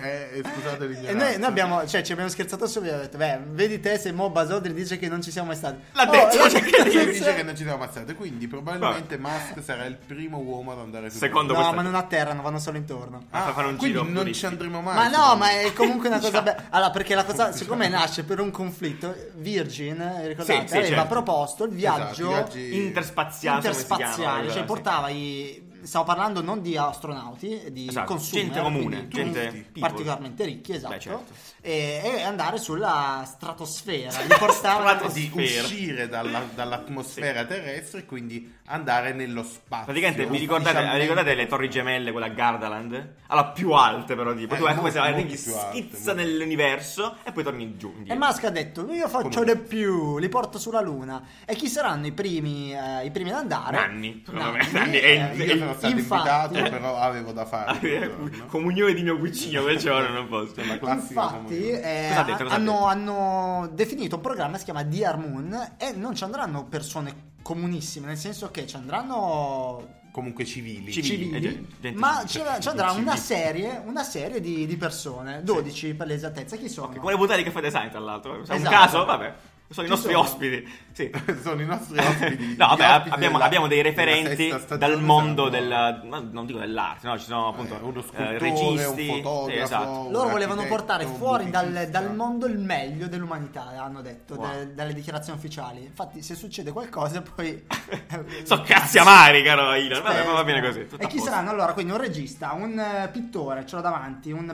Speaker 3: eh, eh, scusate l'ignoranza.
Speaker 2: E noi, noi abbiamo, cioè, ci abbiamo scherzato su e abbiamo detto, beh, vedi te se Mo Basodri dice che non ci siamo mai stati. Oh, eh,
Speaker 1: L'ha detto,
Speaker 2: l'ha
Speaker 1: cioè, che
Speaker 2: detto
Speaker 3: Lui
Speaker 2: senza-
Speaker 3: dice che non ci siamo ammazzati, quindi probabilmente Musk sarà il primo uomo ad andare su
Speaker 1: Secondo
Speaker 2: No,
Speaker 1: questa-
Speaker 2: ma non a terra, non vanno solo intorno.
Speaker 1: Ah, fa fare un
Speaker 3: quindi
Speaker 1: giro
Speaker 3: non
Speaker 1: turistico.
Speaker 3: ci andremo mai.
Speaker 2: Ma no,
Speaker 3: secondo
Speaker 2: ma
Speaker 3: me.
Speaker 2: è comunque una cosa bella. Allora, perché la cosa, siccome nasce per un conflitto, Virgin, eh, ricordate,
Speaker 1: Sì, sì,
Speaker 2: aveva
Speaker 1: certo.
Speaker 2: proposto il viaggio
Speaker 3: Esatto, i viaggi-
Speaker 1: Interspaziale. come si chiama,
Speaker 2: interspaziale,
Speaker 1: allora,
Speaker 2: cioè
Speaker 1: sì.
Speaker 2: portava i... Stavo parlando non di astronauti, eh, di
Speaker 1: Esatto,
Speaker 2: consumer,
Speaker 1: gente comune,
Speaker 2: quindi
Speaker 1: gente
Speaker 2: tutti
Speaker 1: people.
Speaker 2: particolarmente ricchi, esatto,
Speaker 1: Beh, certo.
Speaker 2: e, e andare sulla stratosfera, li portava
Speaker 1: Stratos-
Speaker 3: di
Speaker 1: Sfera.
Speaker 3: uscire dalla- dall'atmosfera terrestre e quindi andare nello spazio.
Speaker 1: Ah, Praticamente vi ricordate, vi ricordate le torri gemelle, quella a Gardaland? Allora più alte però tipo,
Speaker 3: Eh,
Speaker 1: tu è come se
Speaker 3: molto,
Speaker 1: arrivi,
Speaker 3: molto più alte, Eh,
Speaker 1: schizza
Speaker 3: molto.
Speaker 1: nell'universo e poi torni giù.
Speaker 2: E
Speaker 1: indietro.
Speaker 2: Musk ha detto: Io faccio
Speaker 3: Come?
Speaker 2: di più, li porto sulla Luna. E chi saranno i primi, eh, i primi ad andare? Eh,
Speaker 1: Nanni, secondo me. Nanni eh, è in-
Speaker 3: Io sono stato
Speaker 2: infatti,
Speaker 3: invitato, però avevo da fare. quel giorno.
Speaker 1: Ah, eh, Comunione di mio cugino quel giorno non posso.
Speaker 3: Cioè, la classica
Speaker 2: Infatti,
Speaker 3: comunione.
Speaker 2: eh,
Speaker 1: Cosa ha detto, cosa ha
Speaker 2: hanno,
Speaker 1: detto?
Speaker 2: hanno definito un programma che si chiama DR Moon e non ci andranno persone comunissime, nel senso che ci andranno
Speaker 3: Comunque civili.
Speaker 1: Civili.
Speaker 2: civili,
Speaker 1: eh, gente- gente
Speaker 2: ma
Speaker 1: civile,
Speaker 2: ci,
Speaker 3: cioè,
Speaker 2: ci andrà
Speaker 3: civili.
Speaker 2: una serie, una serie di, di persone, 12 per l'esattezza, chi sono?
Speaker 1: Che Come le puntate di caffè design, tra l'altro. Se è un
Speaker 2: Esatto.
Speaker 1: caso, vabbè. Sono i
Speaker 2: Ci
Speaker 1: nostri
Speaker 2: sono.
Speaker 1: ospiti. Sì.
Speaker 3: sono i nostri ospiti.
Speaker 1: No,
Speaker 3: gli
Speaker 1: vabbè,
Speaker 3: ospiti
Speaker 1: abbiamo,
Speaker 3: della-
Speaker 1: abbiamo dei
Speaker 3: della
Speaker 1: referenti
Speaker 3: sesta stagione
Speaker 1: dal mondo
Speaker 3: saranno-
Speaker 1: del. ma non dico dell'arte, no? Ci sono appunto
Speaker 3: Eh, uno
Speaker 1: eh,
Speaker 3: scultore,
Speaker 1: registi.
Speaker 3: un
Speaker 1: sì,
Speaker 3: fotografo,
Speaker 1: esatto.
Speaker 2: Loro
Speaker 3: un
Speaker 2: volevano
Speaker 3: architetto,
Speaker 2: portare
Speaker 3: un
Speaker 2: fuori dal,
Speaker 3: musicista.
Speaker 2: dal mondo il meglio dell'umanità, hanno detto,
Speaker 1: Wow.
Speaker 2: da- dalle dichiarazioni ufficiali. Infatti, se succede qualcosa, poi.
Speaker 1: So cazzi amari, caro Elon. Vabbè,
Speaker 2: Aspetta.
Speaker 1: ma va bene così. tutto
Speaker 2: E
Speaker 1: a
Speaker 2: chi
Speaker 1: posto.
Speaker 2: saranno allora? Quindi un regista, un eh, pittore, ce l'ho davanti, un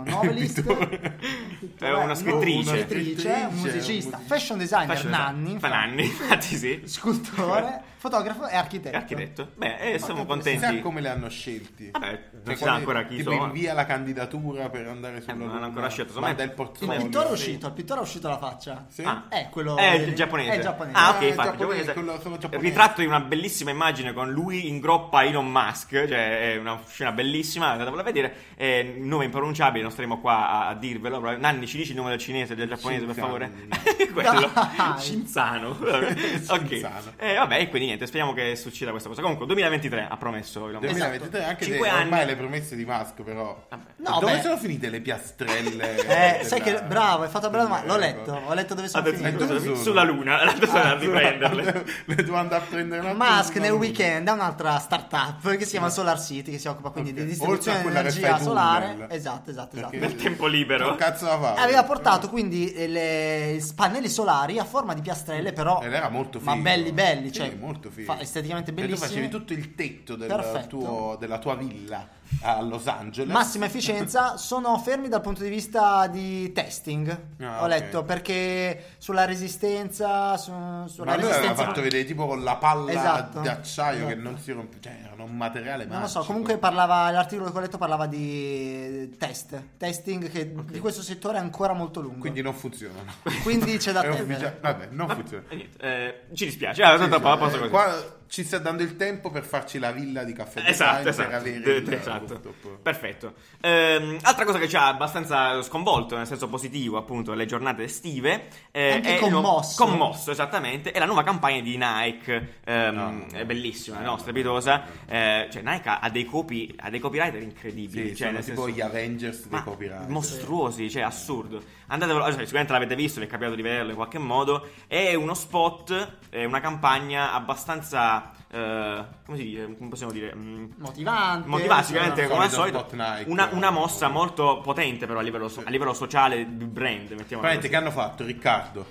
Speaker 2: un novelist,
Speaker 1: Pittore.
Speaker 2: Pittore,
Speaker 1: Eh, una
Speaker 2: Esatto. no,
Speaker 1: scrittrice.
Speaker 2: una scrittrice,
Speaker 3: Scrittrice,
Speaker 2: un musicista,
Speaker 3: un musicista.
Speaker 2: fashion designer,
Speaker 1: Faccio
Speaker 2: nanni,
Speaker 1: Fa Nanni, infatti sì.
Speaker 2: scultore, Certo. fotografo e architetto.
Speaker 1: Architetto. Beh, eh, siamo
Speaker 3: Chissà
Speaker 1: contenti.
Speaker 3: come le hanno scelti.
Speaker 1: Vabbè, non
Speaker 3: Cioè,
Speaker 1: si sa
Speaker 3: quando-
Speaker 1: ancora chi
Speaker 3: tipo
Speaker 1: sono.
Speaker 3: invia la candidatura per andare sulla
Speaker 1: Eh, non
Speaker 3: Luna.
Speaker 1: hanno ancora scelto,
Speaker 3: Ma
Speaker 1: insomma,
Speaker 3: del
Speaker 1: il
Speaker 2: Il
Speaker 3: portfolio.
Speaker 1: Voglio,
Speaker 2: pittore è
Speaker 1: sì.
Speaker 2: uscito, il pittore è uscito la faccia.
Speaker 3: Sì.
Speaker 1: Ah.
Speaker 2: È quello
Speaker 1: È il giapponese.
Speaker 2: È il giapponese.
Speaker 1: Ah, ok,
Speaker 3: Eh,
Speaker 1: infatti,
Speaker 3: giapponese,
Speaker 1: giapponese.
Speaker 3: quello- quello giapponese.
Speaker 1: Ritratto di una bellissima immagine con lui in groppa a Elon Musk, cioè è una scena bellissima, andatevela a vedere. È un nome impronunciabilmente, non staremo qua a, a dirvelo. però- Nanni, ci dici il nome del cinese e del giapponese, per
Speaker 3: Shinzano.
Speaker 1: favore? Quello.
Speaker 2: Dai.
Speaker 1: Shinzano. ok.
Speaker 3: Shinzano.
Speaker 1: E vabbè, e quindi niente, speriamo che succeda questa cosa. Comunque, 2023 ha promesso Elon Musk.
Speaker 3: 2023 anche
Speaker 1: esatto. Cinque
Speaker 3: se ormai
Speaker 1: anni.
Speaker 3: le promesse di Musk però
Speaker 1: Vabbè.
Speaker 2: No,
Speaker 3: dove
Speaker 2: beh.
Speaker 3: sono finite le piastrelle
Speaker 2: Eh,
Speaker 3: della- Ecco.
Speaker 2: sai che bravo, hai fatto una bella domanda. L'ho
Speaker 3: della-
Speaker 2: letto, ho letto dove
Speaker 1: Ha
Speaker 2: sono
Speaker 1: detto,
Speaker 3: finite.
Speaker 2: finito.
Speaker 1: scusa,
Speaker 3: Dove sono?
Speaker 1: sulla luna, l'altro sarà a
Speaker 3: Ah,
Speaker 1: riprenderle.
Speaker 3: le devo andare a prendere un attimo
Speaker 2: Musk
Speaker 3: sulla
Speaker 2: nel
Speaker 3: Luna.
Speaker 2: weekend ha un'altra startup che si chiama Solar City, che si occupa quindi
Speaker 3: Ok.
Speaker 2: di
Speaker 3: Oltre a
Speaker 2: distribuzione di
Speaker 3: quella che
Speaker 2: energia
Speaker 3: fai tu,
Speaker 2: solare.
Speaker 3: Mel.
Speaker 2: Esatto, esatto, esatto.
Speaker 1: Nel tempo libero.
Speaker 3: Che cazzo la fa?
Speaker 2: Aveva portato quindi eh, le s- pannelli solari a forma di piastrelle, però
Speaker 3: Ed era molto figo.
Speaker 2: ma belli belli,
Speaker 3: Sì,
Speaker 2: cioè
Speaker 3: molto molto figo.
Speaker 2: Fa- esteticamente
Speaker 3: Cioè, tu
Speaker 2: bellissimo.
Speaker 3: facevi tutto il tetto del
Speaker 2: Perfetto.
Speaker 3: tuo- della tua villa a Los Angeles.
Speaker 2: Massima efficienza, sono fermi dal punto di vista di testing.
Speaker 3: Ah,
Speaker 2: Ho
Speaker 3: ok.
Speaker 2: letto perché sulla resistenza, su- sulla
Speaker 3: Ma lui aveva
Speaker 2: resistenza.
Speaker 3: fatto vedere tipo con la palla
Speaker 2: Esatto,
Speaker 3: d'acciaio che
Speaker 2: esatto.
Speaker 3: non si rompe, cioè era un materiale magico.
Speaker 2: Non lo so, comunque parlava, l'articolo che ho letto parlava di test, testing che di questo settore è ancora molto lungo.
Speaker 3: Quindi non funzionano.
Speaker 2: Quindi c'è da
Speaker 3: È
Speaker 2: attendere.
Speaker 3: ufficia- Vabbè, non
Speaker 1: Vabbè,
Speaker 3: funziona.
Speaker 1: e niente, eh, ci dispiace. Ah, tanto a posto
Speaker 3: Eh,
Speaker 1: così.
Speaker 3: Qua ci sta dando il tempo per farci la villa di caffè
Speaker 1: Esatto,
Speaker 3: Design
Speaker 1: esatto,
Speaker 3: per avere
Speaker 1: De-
Speaker 3: il
Speaker 1: de- esatto.
Speaker 3: rooftop.
Speaker 1: perfetto. Ehm, altra cosa che ci ha abbastanza sconvolto, nel senso positivo, appunto, le giornate estive, eh,
Speaker 2: Anche
Speaker 1: è il nuovo-
Speaker 2: commosso.
Speaker 1: commosso, esattamente, è la nuova campagna di Nike, ehm,
Speaker 3: No.
Speaker 1: è bellissima, no? strepitosa. Eh, cioè, Nike ha, ha dei copi, ha dei copywriter incredibili,
Speaker 3: Sì,
Speaker 1: cioè,
Speaker 3: sono
Speaker 1: nel
Speaker 3: tipo
Speaker 1: senso-
Speaker 3: gli Avengers dei
Speaker 1: ma
Speaker 3: copyright.
Speaker 1: mostruosi, cioè assurdo. Andatevelo, cioè, sicuramente l'avete visto, vi è capitato di vederlo in qualche modo. È uno spot, è una campagna abbastanza. eh, come si dice? Come possiamo dire? Mm,
Speaker 2: Motivante.
Speaker 1: Motivante,
Speaker 2: insomma.
Speaker 1: sicuramente come al solito.
Speaker 3: Spot Nike.
Speaker 1: una, una mossa molto potente, però a livello, so- a livello sociale di brand, mettiamola
Speaker 3: Praticamente
Speaker 1: così.
Speaker 3: che hanno fatto Riccardo?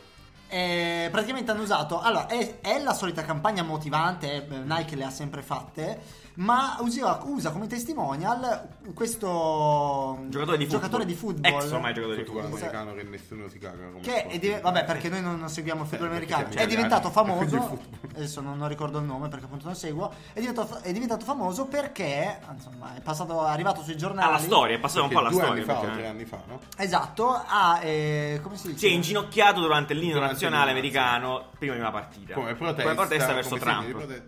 Speaker 2: Eh, praticamente hanno usato. Allora, è, è la solita campagna motivante, eh, Nike le ha sempre fatte. Ma usiva- usa come testimonial questo
Speaker 1: Giocatore di
Speaker 2: giocatore
Speaker 1: football.
Speaker 2: di football.
Speaker 1: Ex ormai giocatore di
Speaker 3: Tutto quello
Speaker 1: football.
Speaker 3: americano che nessuno si caga come
Speaker 2: Che
Speaker 3: sport.
Speaker 2: è div- vabbè, perché noi non, non seguiamo il football
Speaker 3: Eh, perché
Speaker 2: americano.
Speaker 3: siamo
Speaker 2: È diventato
Speaker 3: italiani,
Speaker 2: famoso.
Speaker 3: quindi football.
Speaker 2: Adesso non, non ricordo il nome perché appunto non seguo. È diventato, è diventato famoso perché. Insomma, è passato, è arrivato sui giornali.
Speaker 1: Alla storia, è passato un po' alla
Speaker 3: due
Speaker 1: storia.
Speaker 3: anni fa o
Speaker 1: perché-
Speaker 3: tre anni fa, no?
Speaker 2: Esatto. Ha. eh, come si dice?
Speaker 1: si è inginocchiato durante l'inno
Speaker 3: Durante
Speaker 1: nazionale
Speaker 3: l'inno
Speaker 1: americano prima di una partita.
Speaker 3: Come protesta,
Speaker 1: Come protesta verso
Speaker 3: come segno di
Speaker 1: Trump.
Speaker 3: prote-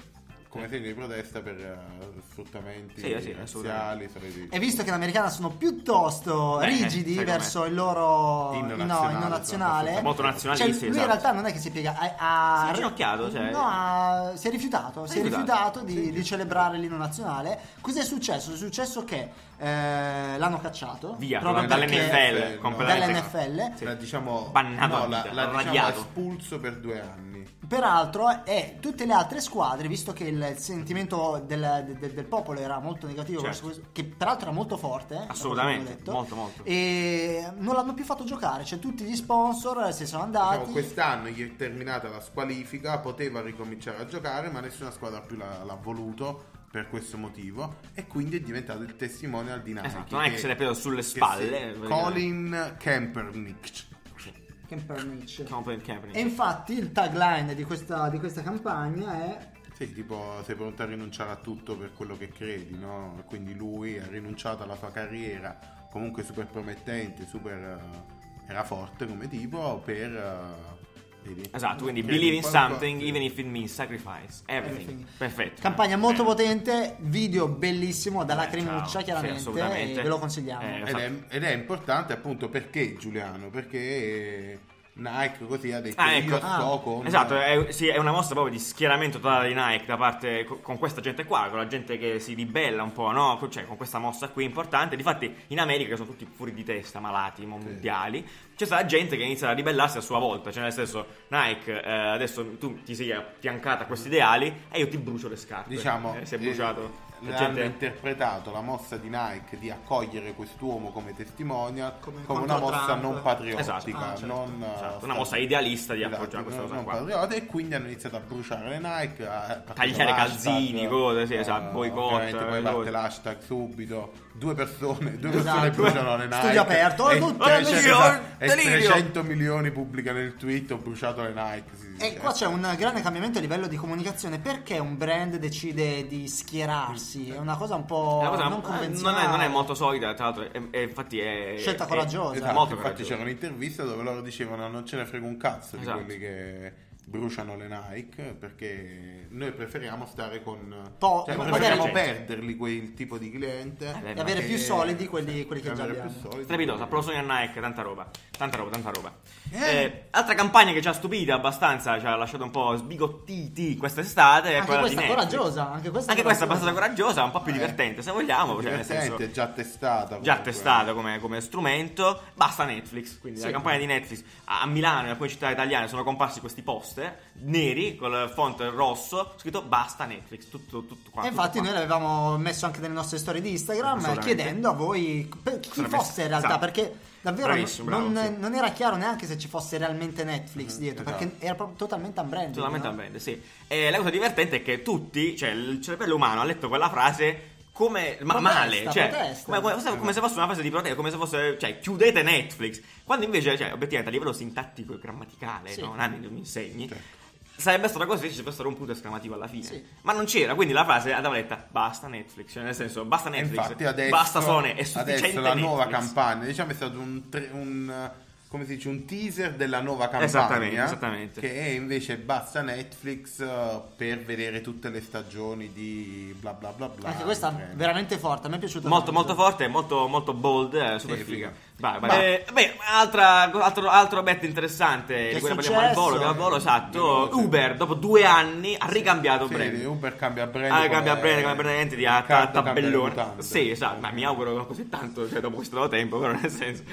Speaker 3: come segno di protesta per eh, sfruttamenti
Speaker 1: Sì, sì,
Speaker 3: razziali,
Speaker 1: assolutamente.
Speaker 3: soliti-
Speaker 2: E visto che l'americana sono piuttosto
Speaker 1: Beh,
Speaker 2: rigidi
Speaker 1: sai com'è.
Speaker 2: verso il loro
Speaker 3: Inno
Speaker 2: no,
Speaker 3: nazionale,
Speaker 2: inno
Speaker 3: sono
Speaker 2: nazionale,
Speaker 1: Molto
Speaker 2: cioè,
Speaker 1: nazionalisti,
Speaker 2: lui in
Speaker 1: esatto.
Speaker 2: realtà non è che si piega, ha, ha-
Speaker 1: Si è inginocchiato, cioè-
Speaker 2: no, ha- si è rifiutato, si è
Speaker 1: rifiutato.
Speaker 2: rifiutato di, di celebrare l'inno nazionale. Cos'è successo? È successo che eh, l'hanno cacciato
Speaker 1: Via,
Speaker 2: proprio perché-
Speaker 1: dall'NFL,
Speaker 3: no,
Speaker 1: completamente.
Speaker 2: dall'NFL.
Speaker 1: Sì.
Speaker 3: La, diciamo,
Speaker 1: Bannato
Speaker 3: no,
Speaker 1: a
Speaker 3: la,
Speaker 1: vita,
Speaker 3: la diciamo,
Speaker 1: radiato.
Speaker 3: espulso per due anni.
Speaker 2: Peraltro, è tutte le altre squadre, visto che il sentimento del, del- del popolo era molto negativo,
Speaker 1: Certo.
Speaker 2: verso questo- che peraltro era molto forte, eh, da
Speaker 1: Assolutamente,
Speaker 2: quello che abbiamo
Speaker 1: molto, molto.
Speaker 2: e non l'hanno più fatto giocare, cioè tutti gli sponsor se sono andati.
Speaker 3: Diciamo, quest'anno, gli è terminata la squalifica, poteva ricominciare a giocare, ma nessuna squadra più l'ha, l'ha voluto per questo motivo e quindi è diventato il testimonial di Nike.
Speaker 1: Esatto, Nike
Speaker 3: che-
Speaker 1: se l'è preso sulle
Speaker 3: che
Speaker 1: spalle,
Speaker 3: se-
Speaker 1: praticamente.
Speaker 3: Colin Kempernick.
Speaker 2: Kempernick.
Speaker 1: Colin Kaepernick.
Speaker 2: E
Speaker 3: Eh,
Speaker 2: infatti il tagline di questa, di questa campagna è
Speaker 3: Sì, tipo sei pronto a rinunciare a tutto per quello che credi, no? Quindi lui ha rinunciato alla sua carriera, comunque super promettente, super... eh, era forte come tipo, per... eh, vedi?
Speaker 1: Esatto, quindi
Speaker 3: Credi
Speaker 1: believe in
Speaker 3: qualcosa-
Speaker 1: something even if it means sacrifice everything.
Speaker 2: Everything.
Speaker 1: Perfetto.
Speaker 2: campagna molto
Speaker 1: Bene.
Speaker 2: potente, video bellissimo da
Speaker 1: Eh, ciao.
Speaker 2: lacrimuccia
Speaker 1: Sì,
Speaker 2: chiaramente,
Speaker 1: assolutamente.
Speaker 2: e ve lo consigliamo.
Speaker 1: Eh,
Speaker 3: Ed è, ed è importante appunto perché Giuliano, perché Nike così ha detto
Speaker 1: Ah, ecco.
Speaker 3: io sto
Speaker 2: Ah,
Speaker 3: con... eh,
Speaker 1: Esatto, è, sì, è una mossa proprio di schieramento totale di Nike da parte co- con questa gente qua, con la gente che si ribella un po', no? Co- Cioè, con questa mossa qui importante. Difatti, in America che sono tutti fuori di testa, malati, mondiali. C'è stata gente che inizia a ribellarsi a sua volta. Cioè, nel senso, Nike, eh, adesso tu ti sei affiancata a questi ideali e io ti brucio le scarpe.
Speaker 3: Diciamo,
Speaker 1: Eh, si è bruciato.
Speaker 3: eh,
Speaker 1: La
Speaker 3: hanno
Speaker 1: gente-
Speaker 3: interpretato la mossa di Nike di accogliere quest'uomo come testimonial
Speaker 2: Come
Speaker 3: come, una
Speaker 2: contro
Speaker 3: mossa
Speaker 2: Trump.
Speaker 3: non patriottica,
Speaker 1: Esatto.
Speaker 2: Ah, certo.
Speaker 3: non, eh,
Speaker 1: Esatto,
Speaker 3: stat-
Speaker 1: una mossa idealista di
Speaker 3: Esatto,
Speaker 1: appoggiare questa
Speaker 3: non-
Speaker 1: cosa
Speaker 3: non
Speaker 1: qua.
Speaker 3: patriota, e quindi hanno iniziato a bruciare le Nike, a a partire
Speaker 1: Tagliare
Speaker 3: l'hashtag,
Speaker 1: calzini, cose, sì,
Speaker 3: eh,
Speaker 1: esatto, boicott,
Speaker 3: ovviamente Poi
Speaker 1: eh,
Speaker 3: parte
Speaker 1: cose.
Speaker 3: l'hashtag subito, due persone, due
Speaker 2: Esatto.
Speaker 3: persone bruciano le Nike.
Speaker 2: Studio aperto, Oh,
Speaker 3: e
Speaker 2: tutto
Speaker 3: 300
Speaker 1: delirio,
Speaker 3: e
Speaker 1: delirio.
Speaker 3: 300 milioni pubblica nel tweet, ho bruciato le Nike. sì, sì,
Speaker 2: E
Speaker 3: sì.
Speaker 2: qua c'è un grande cambiamento a livello di comunicazione perché un brand decide di schierarsi? È una cosa un po'
Speaker 1: La cosa
Speaker 2: non
Speaker 1: eh, non è-
Speaker 2: convenzionale.
Speaker 1: non è molto solida, tra l'altro, e- e infatti è...
Speaker 2: Scelta
Speaker 1: è-
Speaker 2: coraggiosa.
Speaker 1: È,
Speaker 3: Esatto,
Speaker 1: molto
Speaker 3: infatti
Speaker 1: coraggiosa.
Speaker 3: c'era un'intervista dove loro dicevano non ce ne frega un cazzo
Speaker 1: Esatto.
Speaker 3: di quelli che bruciano le Nike perché noi preferiamo stare con
Speaker 2: Po-
Speaker 3: cioè,
Speaker 2: con
Speaker 3: preferiamo
Speaker 1: quella gente.
Speaker 3: perderli quel tipo di cliente
Speaker 1: Eh, beh,
Speaker 2: E avere
Speaker 3: che-
Speaker 2: più solidi quelli, quelli che già
Speaker 3: avere
Speaker 2: abbiamo.
Speaker 3: più solidi.
Speaker 1: Strepitosa, applauso a Nike, tanta roba, tanta roba, tanta roba.
Speaker 3: Eh.
Speaker 1: Eh, altra campagna che ci ha stupito abbastanza, ci ha lasciato un po' sbigottiti quest'estate è
Speaker 2: Anche
Speaker 1: quella
Speaker 2: questa
Speaker 1: di
Speaker 2: è
Speaker 1: Netflix.
Speaker 2: coraggiosa, anche questa,
Speaker 1: Anche questa è
Speaker 2: coraggiosa.
Speaker 1: abbastanza coraggiosa, un po' più
Speaker 3: Eh.
Speaker 1: divertente se vogliamo, cioè, nel
Speaker 3: Divertente,
Speaker 1: senso,
Speaker 3: già testata
Speaker 2: diciamo,
Speaker 1: già
Speaker 3: comunque.
Speaker 1: testata come, come strumento, basta Netflix, quindi
Speaker 2: Sì.
Speaker 1: la campagna di Netflix a a Milano e in alcune città italiane sono comparsi questi post poster neri col font rosso scritto basta Netflix, tutto, tutto qua.
Speaker 2: E infatti
Speaker 1: tutto
Speaker 2: noi
Speaker 1: qua.
Speaker 2: l'avevamo messo anche nelle nostre storie di Instagram
Speaker 1: Assolutamente.
Speaker 2: chiedendo a voi per chi
Speaker 1: Sarebbe-
Speaker 2: fosse in realtà,
Speaker 1: esatto.
Speaker 2: perché davvero
Speaker 1: Bravissimo, bravo,
Speaker 2: non,
Speaker 1: sì. Mhm,
Speaker 2: non era chiaro neanche se ci fosse realmente Netflix dietro,
Speaker 3: esatto.
Speaker 2: perché era proprio totalmente un brand.
Speaker 1: Totalmente un brand, sì. E la cosa divertente è che tutti, cioè il cervello umano ha letto quella frase come ma
Speaker 2: Protesta,
Speaker 1: male, cioè,
Speaker 2: protesta.
Speaker 1: Come, come- come se fosse una frase di protesta, come se fosse cioè chiudete Netflix, quando invece cioè obiettivamente a livello sintattico e grammaticale,
Speaker 2: Sì.
Speaker 1: no? Nani non mi insegni.
Speaker 3: Certo.
Speaker 1: Sarebbe stata così se ci fosse stato un punto esclamativo alla fine.
Speaker 2: Sì.
Speaker 1: Ma non c'era, quindi la frase andava letta basta Netflix, cioè nel senso basta
Speaker 3: E
Speaker 1: Netflix,
Speaker 3: infatti adesso,
Speaker 1: basta Sone, è
Speaker 3: adesso
Speaker 1: sufficiente
Speaker 3: la nuova
Speaker 1: Netflix.
Speaker 3: campagna, diciamo è stato un, tre- un, eh, come si dice, un teaser della nuova campagna
Speaker 1: Esattamente, esattamente.
Speaker 3: che è invece basta Netflix eh, per vedere tutte le stagioni di bla bla bla bla.
Speaker 2: Anche questa
Speaker 3: Treno.
Speaker 2: è veramente forte, a me è piaciuta
Speaker 1: Molto,
Speaker 2: tanto.
Speaker 1: molto forte, molto, molto bold, eh, super
Speaker 3: Sì,
Speaker 1: figa.
Speaker 3: figa.
Speaker 1: Vai, vai.
Speaker 3: Ma-
Speaker 1: Eh, beh, altra- altro, altro bet interessante
Speaker 2: Che
Speaker 1: di
Speaker 2: è
Speaker 1: cui ne parliamo al
Speaker 2: successo?
Speaker 1: volo, che al volo, esatto.
Speaker 3: Veloce.
Speaker 1: Uber, dopo due anni, ha ricambiato
Speaker 3: Sì,
Speaker 1: brand.
Speaker 3: Uber cambia brand.
Speaker 1: Ah,
Speaker 3: come-
Speaker 1: cambia brand, cambia brand, niente di a ta-
Speaker 3: Riccardo cambia
Speaker 1: tabellone.
Speaker 3: mutande.
Speaker 1: Sì, esatto, ma mi auguro così tanto, cioè dopo questo tempo, però nel senso.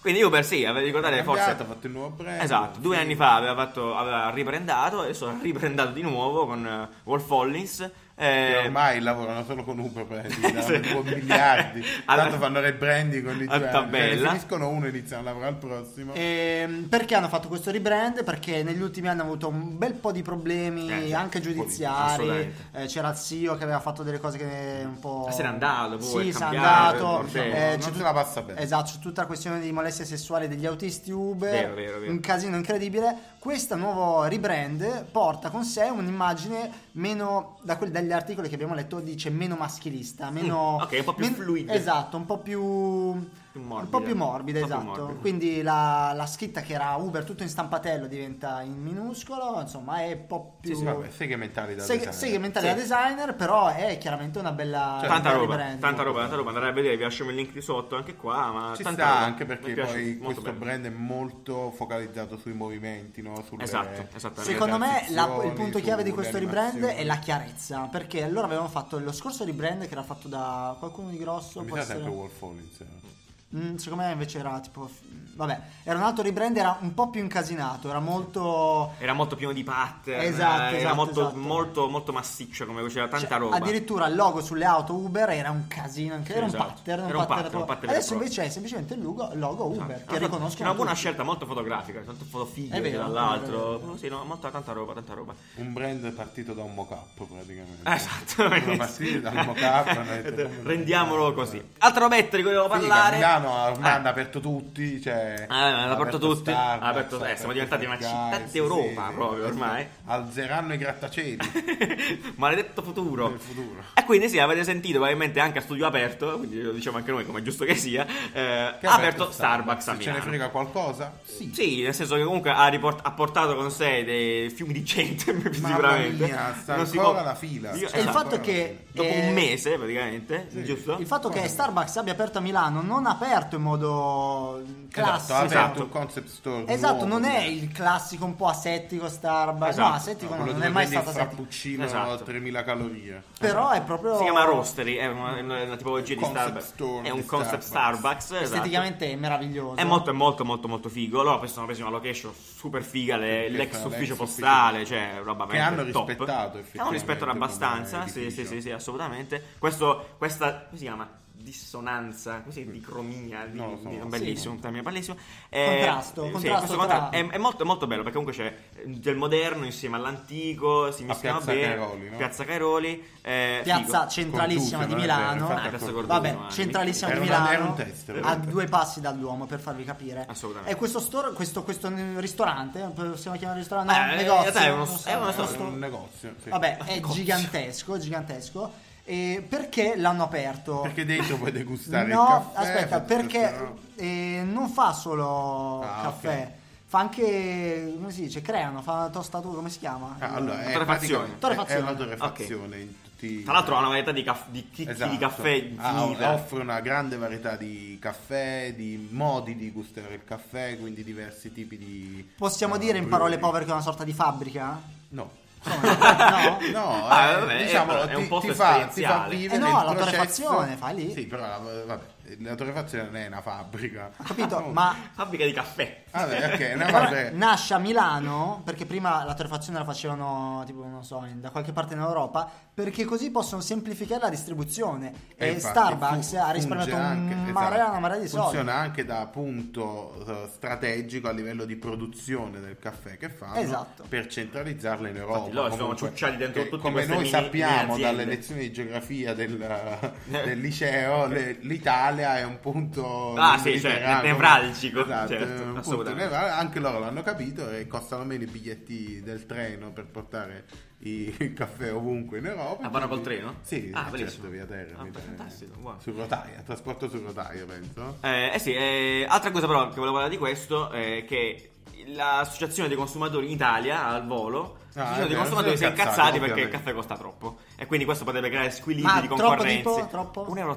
Speaker 1: Quindi Uber sì, avete ricordate
Speaker 3: Ha
Speaker 1: Eh, forse...
Speaker 3: cambiato, ha fatto il nuovo brand.
Speaker 1: Esatto, due anni fa aveva, fatto, aveva riprendato, adesso ha riprendato di nuovo con eh, Wolf Hollins.
Speaker 3: Che
Speaker 1: Eh,
Speaker 3: Ormai lavorano solo con Uber, praticamente,
Speaker 1: Sì.
Speaker 3: danno due miliardi.
Speaker 1: Alla-
Speaker 3: Tanto fanno rebranding con
Speaker 1: A
Speaker 3: i due. anni,
Speaker 1: tabella.
Speaker 3: cioè, ne finiscono uno e iniziano a lavorare al
Speaker 1: Eh,
Speaker 3: prossimo.
Speaker 2: Ehm, perché hanno fatto questo rebrand? Perché negli ultimi anni hanno avuto un bel po' di problemi
Speaker 1: Eh, sì,
Speaker 2: anche
Speaker 1: politici,
Speaker 2: giudiziari.
Speaker 1: assolutamente.
Speaker 2: Eh, c'era il CEO che aveva fatto delle cose che un po'.
Speaker 1: Se n'è andato, poi,
Speaker 2: Sì,
Speaker 1: è
Speaker 2: se n'è
Speaker 1: cambiato,
Speaker 2: andato.
Speaker 1: il bordello.
Speaker 2: eh,
Speaker 3: Non
Speaker 2: c'è
Speaker 3: se
Speaker 2: tut-
Speaker 3: la passa bene.
Speaker 2: Esatto, c'è tutta la questione di molestie sessuali degli autisti Uber.
Speaker 1: Vero, vero, vero.
Speaker 2: Un casino incredibile. Questo nuovo rebrand porta con sé un'immagine meno. Da quelli dagli articoli che abbiamo letto, dice meno maschilista, meno.
Speaker 1: ok, un po' più
Speaker 2: men-
Speaker 1: fluida.
Speaker 2: Esatto, un po' più.
Speaker 1: Più morbida.
Speaker 2: Un po' più morbida,
Speaker 1: Un po' più
Speaker 2: esatto.
Speaker 1: morbida.
Speaker 2: Quindi la, la scritta che era Uber tutto in stampatello diventa in minuscolo, insomma è un po' più...
Speaker 3: Sì, vabbè, seghe mentali da
Speaker 2: Seg-
Speaker 3: designer.
Speaker 2: segmentale
Speaker 1: Sì.
Speaker 2: da designer, però è chiaramente una bella...
Speaker 3: Cioè,
Speaker 1: tanta
Speaker 2: bella
Speaker 1: roba,
Speaker 2: rebranding.
Speaker 1: tanta roba, tanta roba. Andate a vedere, vi lasciamo il link qui sotto anche qua. Ma
Speaker 3: Ci
Speaker 1: tanta
Speaker 3: sta
Speaker 1: roba.
Speaker 3: anche
Speaker 1: Mi
Speaker 3: perché
Speaker 1: piace,
Speaker 3: poi
Speaker 1: molto
Speaker 3: questo
Speaker 1: bello.
Speaker 3: brand è molto focalizzato sui movimenti, no? Sulle-
Speaker 1: Esatto, esattamente.
Speaker 3: sulle
Speaker 2: Secondo me la- il
Speaker 3: transizioni,
Speaker 2: punto chiave di
Speaker 3: sulle
Speaker 2: questo rebrand è
Speaker 3: animazioni.
Speaker 2: la chiarezza, perché allora avevamo fatto lo scorso rebrand che era fatto da qualcuno di grosso,
Speaker 3: Mi
Speaker 2: può
Speaker 3: sa
Speaker 2: essere-
Speaker 3: sempre Wolf Hollins. eh.
Speaker 2: Mm, secondo me invece era tipo... Vabbè, era un altro rebrand, era un po' più incasinato, era molto...
Speaker 1: Era molto pieno di pattern.
Speaker 2: Esatto,
Speaker 1: era
Speaker 2: esatto,
Speaker 1: molto,
Speaker 2: esatto.
Speaker 1: molto, molto massiccio. Come c'era tanta
Speaker 2: Cioè,
Speaker 1: roba.
Speaker 2: Addirittura il logo sulle auto Uber era un casino, anche,
Speaker 1: Sì,
Speaker 2: era,
Speaker 1: esatto.
Speaker 2: un pattern,
Speaker 1: Era un pattern,
Speaker 2: proprio-
Speaker 1: un pattern
Speaker 2: Adesso
Speaker 1: proprio.
Speaker 2: invece è semplicemente il logo, logo
Speaker 1: Esatto.
Speaker 2: Uber che
Speaker 1: Una-
Speaker 2: riconoscono.
Speaker 1: Una buona
Speaker 2: tutti.
Speaker 1: scelta molto fotografica. Tanto foto fighe
Speaker 2: È vero, è
Speaker 1: dall'altro.
Speaker 2: vero.
Speaker 1: Sì, no, molta, tanta roba, tanta roroba.
Speaker 3: Un brand partito da un mock-up praticamente.
Speaker 1: Esatto,
Speaker 3: Sono partiti da un mock-up. hanno detto, "Come
Speaker 1: Rendiamolo
Speaker 3: mock-up?"
Speaker 1: così. Altro mette di cui volevo
Speaker 3: Figa,
Speaker 1: parlare.
Speaker 3: Milano ormai
Speaker 1: Ah.
Speaker 3: hanno aperto tutti, cioè,
Speaker 1: Ah, hanno aperto tutti,
Speaker 3: Starbucks,
Speaker 1: ha aperto- eh, siamo
Speaker 3: aperto
Speaker 1: diventati una
Speaker 3: Guys,
Speaker 1: città
Speaker 3: sì,
Speaker 1: d'Europa
Speaker 3: sì,
Speaker 1: proprio
Speaker 3: adesso
Speaker 1: ormai.
Speaker 3: Alzeranno i grattacieli
Speaker 1: Maledetto futuro.
Speaker 3: nel futuro.
Speaker 1: E quindi sì, avete sentito probabilmente anche a studio aperto, quindi lo diciamo anche noi come è giusto che sia, eh,
Speaker 3: Che
Speaker 1: ha aperto Starbucks a
Speaker 3: Se ce ne
Speaker 1: Milano.
Speaker 3: frega qualcosa? Sì.
Speaker 1: Sì, nel senso che comunque ha, riport- ha portato con sé dei fiumi di gente,
Speaker 3: Mamma
Speaker 1: sicuramente.
Speaker 3: mia, sta
Speaker 1: Non si
Speaker 3: ancora
Speaker 1: può-
Speaker 3: la fila.
Speaker 1: Io-
Speaker 3: Sta
Speaker 1: esatto.
Speaker 2: il fatto
Speaker 3: ancora
Speaker 2: che-
Speaker 3: la fila.
Speaker 1: Dopo
Speaker 2: Eh,
Speaker 1: un mese praticamente,
Speaker 3: sì.
Speaker 1: giusto?
Speaker 2: Il fatto che
Speaker 3: Guarda.
Speaker 2: Starbucks abbia aperto a Milano non ha aperto in modo
Speaker 3: Esatto,
Speaker 2: classico.
Speaker 3: ha aperto
Speaker 1: Esatto.
Speaker 3: un concept store
Speaker 2: Esatto,
Speaker 3: nuovo,
Speaker 2: non è
Speaker 3: quindi.
Speaker 2: il classico un po' asettico Starbucks.
Speaker 1: Esatto.
Speaker 2: No, asettico
Speaker 3: No,
Speaker 2: no,
Speaker 3: quello
Speaker 2: non
Speaker 3: dove
Speaker 2: è mai
Speaker 3: prendi il
Speaker 2: stato asettico.
Speaker 3: frappuccino
Speaker 1: Esatto.
Speaker 3: a 3000 calorie.
Speaker 2: Però è proprio.
Speaker 1: Si chiama Roastery, è una, è una- è una tipologia di
Speaker 3: Concept
Speaker 1: Starbucks.
Speaker 3: store
Speaker 1: È un
Speaker 3: di
Speaker 1: concept Starbucks.
Speaker 3: Starbucks.
Speaker 1: esatto.
Speaker 2: Esteticamente è meraviglioso.
Speaker 1: È molto, è molto, molto, molto figo. Loro poi sono presi una location super figa, le-
Speaker 3: Sì,
Speaker 1: l'ex
Speaker 3: l'ex
Speaker 1: ufficio
Speaker 3: ufficio.
Speaker 1: postale, cioè roba
Speaker 3: Che
Speaker 1: veramente
Speaker 3: hanno
Speaker 1: top.
Speaker 3: rispettato,
Speaker 1: Hanno
Speaker 3: effettivamente,
Speaker 1: rispettato
Speaker 3: come
Speaker 1: abbastanza, sì, sì,
Speaker 3: edificio.
Speaker 1: sì, sì, assolutamente. Questo, questa, come si chiama? Dissonanza, così di cromia, di,
Speaker 3: Mm. Non lo so.
Speaker 1: di- bellissimo,
Speaker 3: sì.
Speaker 1: un termine bellissimo. Eh,
Speaker 2: Contrasto,
Speaker 1: sì,
Speaker 2: contrasto
Speaker 1: questo contra-
Speaker 2: tra-
Speaker 1: è, è molto, molto bello perché comunque c'è eh, del moderno insieme all'antico, si mischiano
Speaker 3: Piazza
Speaker 1: bene.
Speaker 3: Cairoli, no?
Speaker 1: Piazza Cairoli, eh,
Speaker 2: Piazza
Speaker 1: figo.
Speaker 2: centralissima
Speaker 3: Con
Speaker 2: di
Speaker 3: Duce, non è vero,
Speaker 2: Milano.
Speaker 3: infatti
Speaker 1: Ah, cazzo,
Speaker 3: ha
Speaker 1: Cordova.
Speaker 2: Vabbè,
Speaker 1: anni.
Speaker 2: centralissimo
Speaker 3: Era
Speaker 2: di
Speaker 3: una-
Speaker 2: Milano,
Speaker 3: era un test, era un
Speaker 2: a
Speaker 3: test.
Speaker 2: due passi dal Duomo per farvi capire.
Speaker 1: Assolutamente.
Speaker 2: E questo store, questo, questo ristorante, possiamo chiamare ristorante? No,
Speaker 1: Eh, in
Speaker 2: negozio.
Speaker 1: realtà è uno-
Speaker 2: non so,
Speaker 1: è uno
Speaker 2: non so,
Speaker 1: store.
Speaker 3: Era un negozio. sì.
Speaker 2: Vabbè, è gigantesco, gigantesco. E perché l'hanno aperto?
Speaker 3: Perché dentro puoi degustare
Speaker 2: no,
Speaker 3: il caffè.
Speaker 2: aspetta,
Speaker 3: fai tutto
Speaker 2: perché
Speaker 3: questo, no?
Speaker 2: eh, non fa solo
Speaker 3: Ah,
Speaker 2: caffè,
Speaker 3: ok.
Speaker 2: fa anche, come si dice, creano, fa tostatura, come si chiama?
Speaker 3: Ah, allora, è,
Speaker 1: Torrefazione.
Speaker 3: praticamente- è
Speaker 2: Torrefazione.
Speaker 3: una torrefazione in tutti
Speaker 1: Tra l'altro ha una varietà di, caff- di chicchi
Speaker 3: Esatto.
Speaker 1: di caffè
Speaker 3: Ah,
Speaker 1: infinita.
Speaker 3: offre una grande varietà di caffè, di modi di gustare il caffè, quindi diversi tipi di.
Speaker 2: Possiamo
Speaker 3: eh,
Speaker 2: dire in
Speaker 3: brew.
Speaker 2: parole povere che è una sorta di fabbrica?
Speaker 3: No.
Speaker 2: Insomma, no?
Speaker 3: No,
Speaker 1: Ah,
Speaker 3: eh,
Speaker 1: vabbè,
Speaker 3: diciamo,
Speaker 1: è un
Speaker 3: ti,
Speaker 1: posto
Speaker 3: ti fa, ti fa
Speaker 1: esperienziale.
Speaker 3: vivere
Speaker 2: Eh no,
Speaker 3: il
Speaker 2: la
Speaker 3: processo.
Speaker 2: torrefazione, fai lì.
Speaker 3: Sì, però vabbè, la torrefazione non è una fabbrica.
Speaker 2: Ho capito, ma
Speaker 1: Fabbrica di caffè.
Speaker 3: Vabbè, ok, no,
Speaker 2: Allora,
Speaker 3: Eh, vabbè.
Speaker 2: nasce a Milano perché prima la torrefazione la facevano tipo non so in- da qualche parte in Europa perché così possono semplificare la distribuzione e,
Speaker 3: E Eh, infatti
Speaker 2: Starbucks
Speaker 3: fu-
Speaker 2: ha risparmiato
Speaker 3: funge anche,
Speaker 2: un
Speaker 3: esatto.
Speaker 2: marea, una marea di soldi
Speaker 3: Funziona anche da punto eh, strategico a livello di produzione del caffè che fanno
Speaker 2: Esatto.
Speaker 3: per centralizzarla in Europa.
Speaker 1: Infatti loro si sono ciucciati dentro
Speaker 3: che
Speaker 1: tutte
Speaker 3: Come
Speaker 1: queste
Speaker 3: noi
Speaker 1: mini- mini
Speaker 3: sappiamo
Speaker 1: aziende.
Speaker 3: dalle lezioni di geografia del, del liceo, le- l'Italia è un punto
Speaker 1: Ah, sì, cioè,
Speaker 3: mediterraneo.
Speaker 1: nevralgico,
Speaker 3: Esatto,
Speaker 1: certo,
Speaker 3: è un punto
Speaker 1: assolutamente.
Speaker 3: nevralgico. Anche loro l'hanno capito e costano meno i biglietti del treno per portare i- il caffè ovunque in Europa.
Speaker 1: Ah, vanno
Speaker 3: quindi-
Speaker 1: col treno?
Speaker 3: Sì,
Speaker 1: Ah,
Speaker 3: certo,
Speaker 1: bellissimo.
Speaker 3: via terra.
Speaker 1: Ah,
Speaker 3: via terra.
Speaker 1: fantastico, buono.
Speaker 3: Su rotaia, trasporto su rotaia, penso.
Speaker 1: Eh, eh sì, eh, altra cosa però che volevo parlare di questo è che l'associazione dei consumatori in Italia al volo
Speaker 3: Ah,
Speaker 1: l'associazione
Speaker 3: è
Speaker 1: dei
Speaker 3: vero,
Speaker 1: consumatori si
Speaker 3: sono
Speaker 1: è incazzati
Speaker 3: incazzati,
Speaker 1: perché il
Speaker 3: ovviamente.
Speaker 1: caffè costa troppo e quindi questo potrebbe creare squilibri
Speaker 2: Ma
Speaker 1: di
Speaker 2: troppo
Speaker 1: concorrenza
Speaker 2: tipo? Troppo?
Speaker 1: 1,80 euro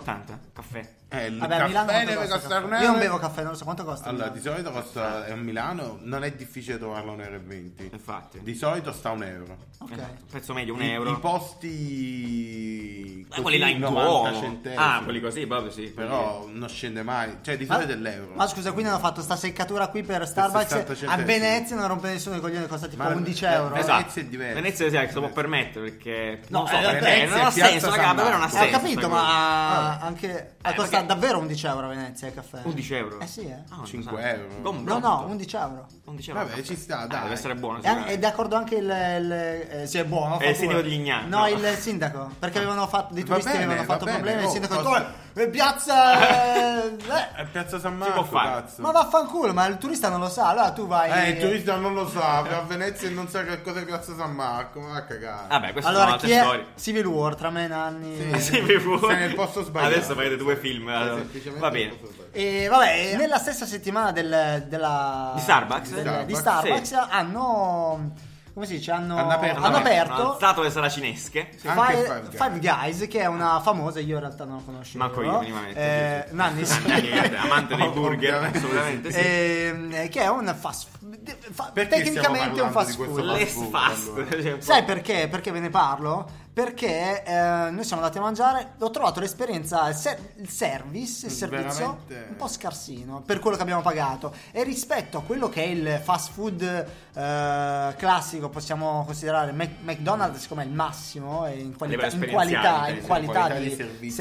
Speaker 1: caffè
Speaker 3: Eh, il
Speaker 2: Vabbè, a Milano
Speaker 3: caffè
Speaker 2: quanto
Speaker 3: deve
Speaker 2: costa il
Speaker 3: costare
Speaker 2: caffè?
Speaker 3: un euro.
Speaker 2: io non bevo caffè non lo so quanto costa
Speaker 3: Allora,
Speaker 2: Milano.
Speaker 3: di solito costa, è a Milano, non è difficile trovare 1,20 euro. e venti.
Speaker 1: infatti
Speaker 3: Di solito sta un euro.
Speaker 2: ok
Speaker 1: Esatto, prezzo medio 1
Speaker 3: I-
Speaker 1: euro
Speaker 3: I posti...
Speaker 1: Ah, quelli là in
Speaker 3: 90
Speaker 1: Duomo
Speaker 3: centesimi.
Speaker 1: ah quelli così proprio sì
Speaker 3: Però non scende mai. Cioè, di solito è l'euro.
Speaker 2: ma scusa, quindi hanno fatto sta seccatura qui per
Speaker 3: 60
Speaker 2: Starbucks a
Speaker 3: centesimi.
Speaker 2: Venezia non rompe nessuno i coglioni, costa tipo
Speaker 3: Ma-
Speaker 2: 11
Speaker 3: eh,
Speaker 2: euro.
Speaker 1: Esatto.
Speaker 3: Venezia è diverso.
Speaker 1: Venezia sì, se lo può permettere perché
Speaker 2: No,
Speaker 1: non so,
Speaker 2: eh,
Speaker 1: perché
Speaker 3: Venezia
Speaker 1: non ha
Speaker 3: è Piazza
Speaker 1: senso,
Speaker 3: San
Speaker 1: raga, per me non ha
Speaker 2: Eh,
Speaker 3: Marco.
Speaker 2: ho
Speaker 1: senso.
Speaker 2: capito,
Speaker 1: sta
Speaker 2: ma anche eh,
Speaker 1: Eh,
Speaker 2: costa
Speaker 1: perché-
Speaker 2: davvero 11 euro a Venezia il caffè.
Speaker 1: cosa. 11 euro.
Speaker 2: Eh sì, eh.
Speaker 1: Ah, non
Speaker 3: 5
Speaker 1: lo so.
Speaker 3: euro.
Speaker 2: No,
Speaker 1: Gombrotto.
Speaker 2: no, 11 euro.
Speaker 1: 11 euro.
Speaker 3: Vabbè, ci sta,
Speaker 1: Eh,
Speaker 3: dai.
Speaker 1: Deve essere buono. eh.
Speaker 2: E an- è d'accordo anche il, il- eh, sì, è buono. fa
Speaker 1: il
Speaker 2: pure.
Speaker 1: sindaco di Ah. Lignano.
Speaker 2: No, il sindaco. Perché avevano fatto dei
Speaker 3: Va
Speaker 2: turisti
Speaker 3: bene,
Speaker 2: avevano
Speaker 3: va
Speaker 2: fatto
Speaker 3: bene,
Speaker 2: problemi.
Speaker 3: oh,
Speaker 2: il sindaco ha detto,
Speaker 3: posso-
Speaker 2: "Eh, piazza. eh, eh,
Speaker 3: È Piazza San
Speaker 1: Si può
Speaker 3: Marco,
Speaker 1: fare.
Speaker 3: cazzo.
Speaker 2: ma vaffanculo, ma il turista non lo sa. Allora tu vai.
Speaker 3: Eh, il turista non lo sa, va a Venezia e non sa che cosa è Piazza San Marco, ma va a cagare.
Speaker 1: Vabbè, queste sono
Speaker 2: allora,
Speaker 1: altre
Speaker 2: chi è
Speaker 1: storie.
Speaker 2: Civil War tra me e Nanni?
Speaker 3: Sì.
Speaker 1: Eh, sì, per favore.
Speaker 3: Sei nel posto sbagliato.
Speaker 1: Adesso farete due film.
Speaker 3: Sei
Speaker 1: allora.
Speaker 3: semplicemente
Speaker 1: Va
Speaker 3: nel
Speaker 1: bene.
Speaker 3: posto sbagliato.
Speaker 2: E vabbè, nella stessa settimana del, della,
Speaker 1: Di Starbucks?
Speaker 2: del- di
Speaker 3: Starbucks,
Speaker 2: Starbucks
Speaker 1: sì.
Speaker 2: hanno. Come si dice? Hanno,
Speaker 3: Hanno aperto.
Speaker 2: hanno
Speaker 3: Vabbè,
Speaker 2: aperto
Speaker 1: Hanno alzato le saracinesche.
Speaker 3: Sì. Anche
Speaker 2: Five,
Speaker 3: Five Guys.
Speaker 2: Five Guys, che è una famosa, io in realtà non la conoscevo.
Speaker 1: Manco io, minimamente.
Speaker 2: Eh,
Speaker 1: Sì.
Speaker 2: Nanni, sì.
Speaker 1: Nanni, eh, amante dei burger,
Speaker 3: Ovviamente.
Speaker 1: assolutamente sì.
Speaker 2: Ehm, che è un fast food. fa-
Speaker 3: Perché
Speaker 2: tecnicamente è un
Speaker 3: stiamo
Speaker 2: fast
Speaker 3: parlando di
Speaker 2: food.
Speaker 3: questo
Speaker 1: Less
Speaker 3: food,
Speaker 1: fast.
Speaker 3: allora.
Speaker 1: Cioè, un po'-
Speaker 2: Sai perché? Perché ve ne parlo? Perché eh, noi siamo andati a mangiare, ho trovato l'esperienza, il, ser- il service, il servizio
Speaker 3: Veramente.
Speaker 2: un po' scarsino per quello che abbiamo pagato e rispetto a quello che è il fast food eh, classico, possiamo considerare Mac- McDonald's siccome è il massimo e in qualità,
Speaker 1: livello
Speaker 2: in qualità,
Speaker 1: esperienziale,
Speaker 2: in
Speaker 1: sì,
Speaker 2: qualità
Speaker 3: qualità
Speaker 2: di,
Speaker 3: di servizio,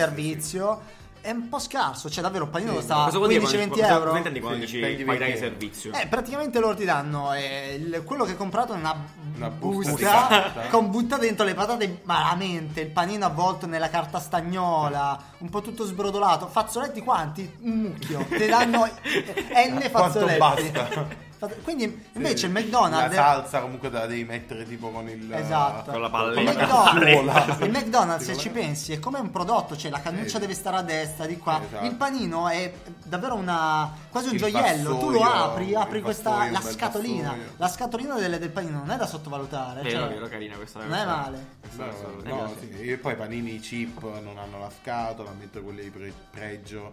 Speaker 2: servizio è un po' scarso, cioè davvero il panino
Speaker 3: Sì,
Speaker 2: costava
Speaker 1: Cosa vuol dire
Speaker 2: 15-20
Speaker 1: quando-
Speaker 2: euro.
Speaker 1: Cosa intendi quando
Speaker 3: Sì,
Speaker 1: dici
Speaker 3: 20
Speaker 1: qualità di
Speaker 3: euro.
Speaker 1: servizio?
Speaker 2: Eh, praticamente loro ti danno eh, il- quello che hai comprato in una,
Speaker 3: Una
Speaker 2: busta,
Speaker 3: busta di carta.
Speaker 2: con butta dentro le patate malamente, il panino avvolto nella carta stagnola, un po' tutto sbrodolato, fazzoletti quanti? Un mucchio, te danno eh, N
Speaker 3: Quanto
Speaker 2: fazzoletti.
Speaker 3: basta.
Speaker 2: Fazz- Quindi invece il
Speaker 3: La
Speaker 2: McDonald's
Speaker 3: salsa comunque te la devi mettere tipo con il...
Speaker 2: Esatto.
Speaker 1: Con la
Speaker 2: il
Speaker 1: palletta.
Speaker 2: McDonald's,
Speaker 3: Sì.
Speaker 2: il McDonald's, se
Speaker 3: Sì,
Speaker 2: ci
Speaker 3: guarda.
Speaker 2: pensi, è come un prodotto, cioè la cannuccia
Speaker 3: Sì.
Speaker 2: deve stare a destra, di qua.
Speaker 3: Esatto.
Speaker 2: Il panino è davvero una quasi un
Speaker 3: Il
Speaker 2: gioiello. tu lo
Speaker 3: vassoio,
Speaker 2: apri,
Speaker 3: il
Speaker 2: apri questa
Speaker 3: vassoio,
Speaker 2: la
Speaker 3: un bel
Speaker 2: scatolina.
Speaker 3: vassoio.
Speaker 2: La scatolina del, del panino non è da sottovalutare.
Speaker 1: Vero,
Speaker 2: cioè,
Speaker 1: vero, carina questa.
Speaker 2: Non è
Speaker 1: questa-
Speaker 2: male.
Speaker 1: questa-
Speaker 3: No,
Speaker 1: questa-
Speaker 3: no,
Speaker 1: questa-
Speaker 3: sì. E poi i panini chip non hanno la scatola, mentre quelli di pre- pregio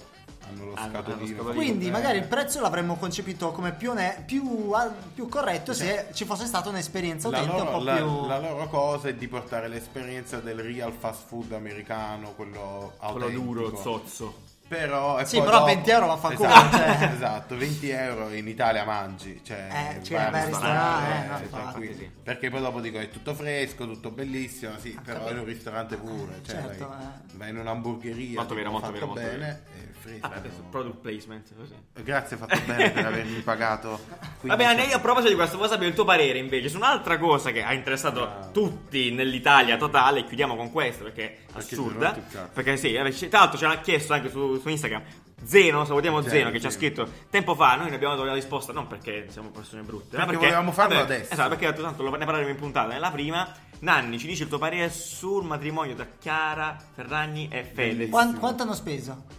Speaker 3: hanno lo
Speaker 1: Hanno- hanno
Speaker 3: scatolino.
Speaker 1: scatolino.
Speaker 2: Quindi
Speaker 3: Eh.
Speaker 2: magari il prezzo l'avremmo concepito come più, ne- più, ah, più corretto se ci fosse stata un'esperienza
Speaker 3: la
Speaker 2: utente un
Speaker 3: loro,
Speaker 2: po'
Speaker 3: la-
Speaker 2: più...
Speaker 3: la loro cosa è di portare l'esperienza del real fast food americano, quello
Speaker 1: Quello
Speaker 3: autentico.
Speaker 1: duro, zozzo.
Speaker 3: Però, e
Speaker 2: Sì,
Speaker 3: poi
Speaker 2: però
Speaker 3: dopo-
Speaker 2: 20 euro vaffanculo,
Speaker 3: Esatto,
Speaker 2: cioè.
Speaker 3: esatto, 20 euro in Italia mangi. Cioè,
Speaker 2: Eh, cioè,
Speaker 3: vai al
Speaker 2: vai al
Speaker 1: ristorante,
Speaker 3: ristorante,
Speaker 1: eh, no,
Speaker 3: cioè,
Speaker 2: infatti.
Speaker 3: qui-
Speaker 1: Sì.
Speaker 3: Perché poi dopo dico è tutto fresco, tutto bellissimo, sì, però è un ristorante pure. Cioè,
Speaker 2: Ah, certo,
Speaker 3: vai,
Speaker 2: eh.
Speaker 3: vai in un'hamburgeria,
Speaker 1: Molto
Speaker 3: tipo,
Speaker 1: vero, molto
Speaker 3: fatto
Speaker 1: vero, molto
Speaker 3: bene, e fresco.
Speaker 1: Ah, adesso product placement, così.
Speaker 3: Grazie, fatto bene per avermi pagato.
Speaker 1: Va bene, Anne, io a proposito di questo, volevo sapere il tuo parere invece su un'altra cosa che ha interessato
Speaker 3: Ah.
Speaker 1: tutti nell'Italia totale. Chiudiamo con questo perché è
Speaker 3: Perché
Speaker 1: assurda.
Speaker 3: ti ho rotto il cazzo.
Speaker 1: Perché sì, vabbè, ci- tra l'altro ce l'ha chiesto anche su, su Instagram. Zeno, salutiamo Zeno,
Speaker 3: Zeno,
Speaker 1: che ci ha
Speaker 3: Zeno.
Speaker 1: scritto tempo fa. Noi ne abbiamo dato la risposta non perché siamo persone brutte, ma
Speaker 3: Perché volevamo farlo
Speaker 1: vabbè,
Speaker 3: adesso.
Speaker 1: Esatto, perché tanto lo- ne parleremo in puntata. Nella prima, Nanni ci dice il tuo parere sul matrimonio tra Chiara, Ferragni e Fede.
Speaker 3: Bellissimo.
Speaker 2: Quan- quanto hanno speso?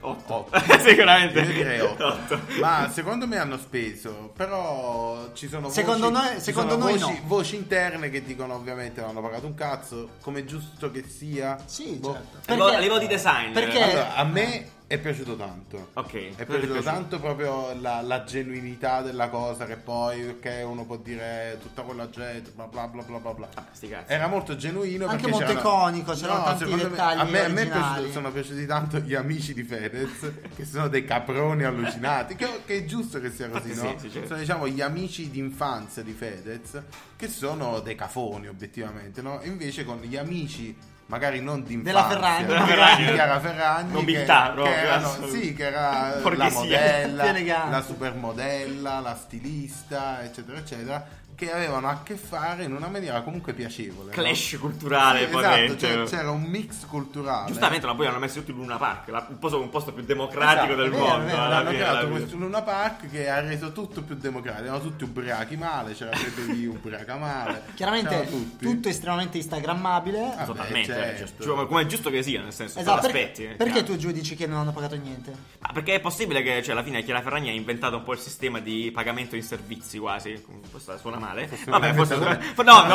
Speaker 1: 8.
Speaker 3: Otto.
Speaker 1: Sicuramente
Speaker 3: Io direi otto.
Speaker 1: Otto.
Speaker 3: Ma secondo me hanno speso, però ci sono
Speaker 2: Secondo
Speaker 3: voci,
Speaker 2: noi-
Speaker 3: ci
Speaker 2: secondo
Speaker 3: sono
Speaker 2: noi
Speaker 3: voci,
Speaker 2: no.
Speaker 3: voci interne che dicono ovviamente non hanno pagato un cazzo, come è giusto che sia.
Speaker 2: Sì,
Speaker 3: Boh.
Speaker 2: certo. Eh.
Speaker 1: A livello- a livello di design. eh,
Speaker 2: Perché-
Speaker 3: Allora, a me È piaciuto tanto.
Speaker 1: Ok, non ti
Speaker 3: È
Speaker 1: è
Speaker 3: piaciuto
Speaker 1: piaciuto?
Speaker 3: tanto proprio la, la genuinità della cosa che poi ok uno può dire tutta quella gente bla bla bla bla bla bla.
Speaker 1: Ah, sti cazzi.
Speaker 3: Era molto genuino
Speaker 2: Anche
Speaker 3: perché
Speaker 2: molto
Speaker 3: c'erano-
Speaker 2: iconico, c'erano tanti
Speaker 3: secondo
Speaker 2: dettagli
Speaker 3: a me, a me è
Speaker 2: originali.
Speaker 3: piaciuto- sono piaciuti tanto gli amici di Fedez che sono dei caproni allucinati che, che è giusto che sia così
Speaker 1: Infatti
Speaker 3: no?
Speaker 1: sì, sì, certo.
Speaker 3: sono diciamo gli amici d'infanzia di Fedez che sono dei cafoni obiettivamente no? invece con gli amici magari non d'infanzia
Speaker 2: Della Ferragni.
Speaker 1: Della Ferragni.
Speaker 3: di Chiara Ferragni
Speaker 1: Nobiltà,
Speaker 3: che,
Speaker 1: proprio,
Speaker 3: che erano,
Speaker 1: assolutamente.
Speaker 3: sì che era la
Speaker 1: Borghesia.
Speaker 2: Più
Speaker 3: modella
Speaker 2: elegante.
Speaker 3: la supermodella la stilista eccetera eccetera che avevano a che fare in una maniera comunque piacevole no?
Speaker 1: Clash culturale
Speaker 3: Sì,
Speaker 1: poi
Speaker 3: esatto,
Speaker 1: dentro.
Speaker 3: cioè, c'era un mix culturale.
Speaker 1: Giustamente, ma poi hanno messo tutti in Luna Park, la- un posto, un posto più democratico
Speaker 3: Esatto,
Speaker 1: del
Speaker 3: è vero,
Speaker 1: mondo.
Speaker 3: è vero,
Speaker 1: alla
Speaker 3: hanno
Speaker 1: fine, alla
Speaker 3: creato
Speaker 1: fine.
Speaker 3: questo Luna Park che ha reso tutto più democratico. Erano tutti ubriachi male, c'era Pepe lì ubriaca male.
Speaker 2: Chiaramente
Speaker 3: c'erano tutti.
Speaker 2: tutto estremamente instagrammabile.
Speaker 3: Ah,
Speaker 1: Totalmente,
Speaker 3: Vabbè,
Speaker 1: cioè,
Speaker 3: certo.
Speaker 1: cioè, come è giusto che sia, nel senso, te
Speaker 2: esatto, perché,
Speaker 1: l'aspetti, eh,
Speaker 2: perché
Speaker 1: chiaro.
Speaker 2: tu giudici che non hanno pagato niente?
Speaker 1: Ma perché è possibile che cioè, alla fine Chiara Ferragni ha inventato un po' il sistema di pagamento in servizi quasi. Questa suona male. Vabbè, forse
Speaker 3: inventato
Speaker 1: for- no, no.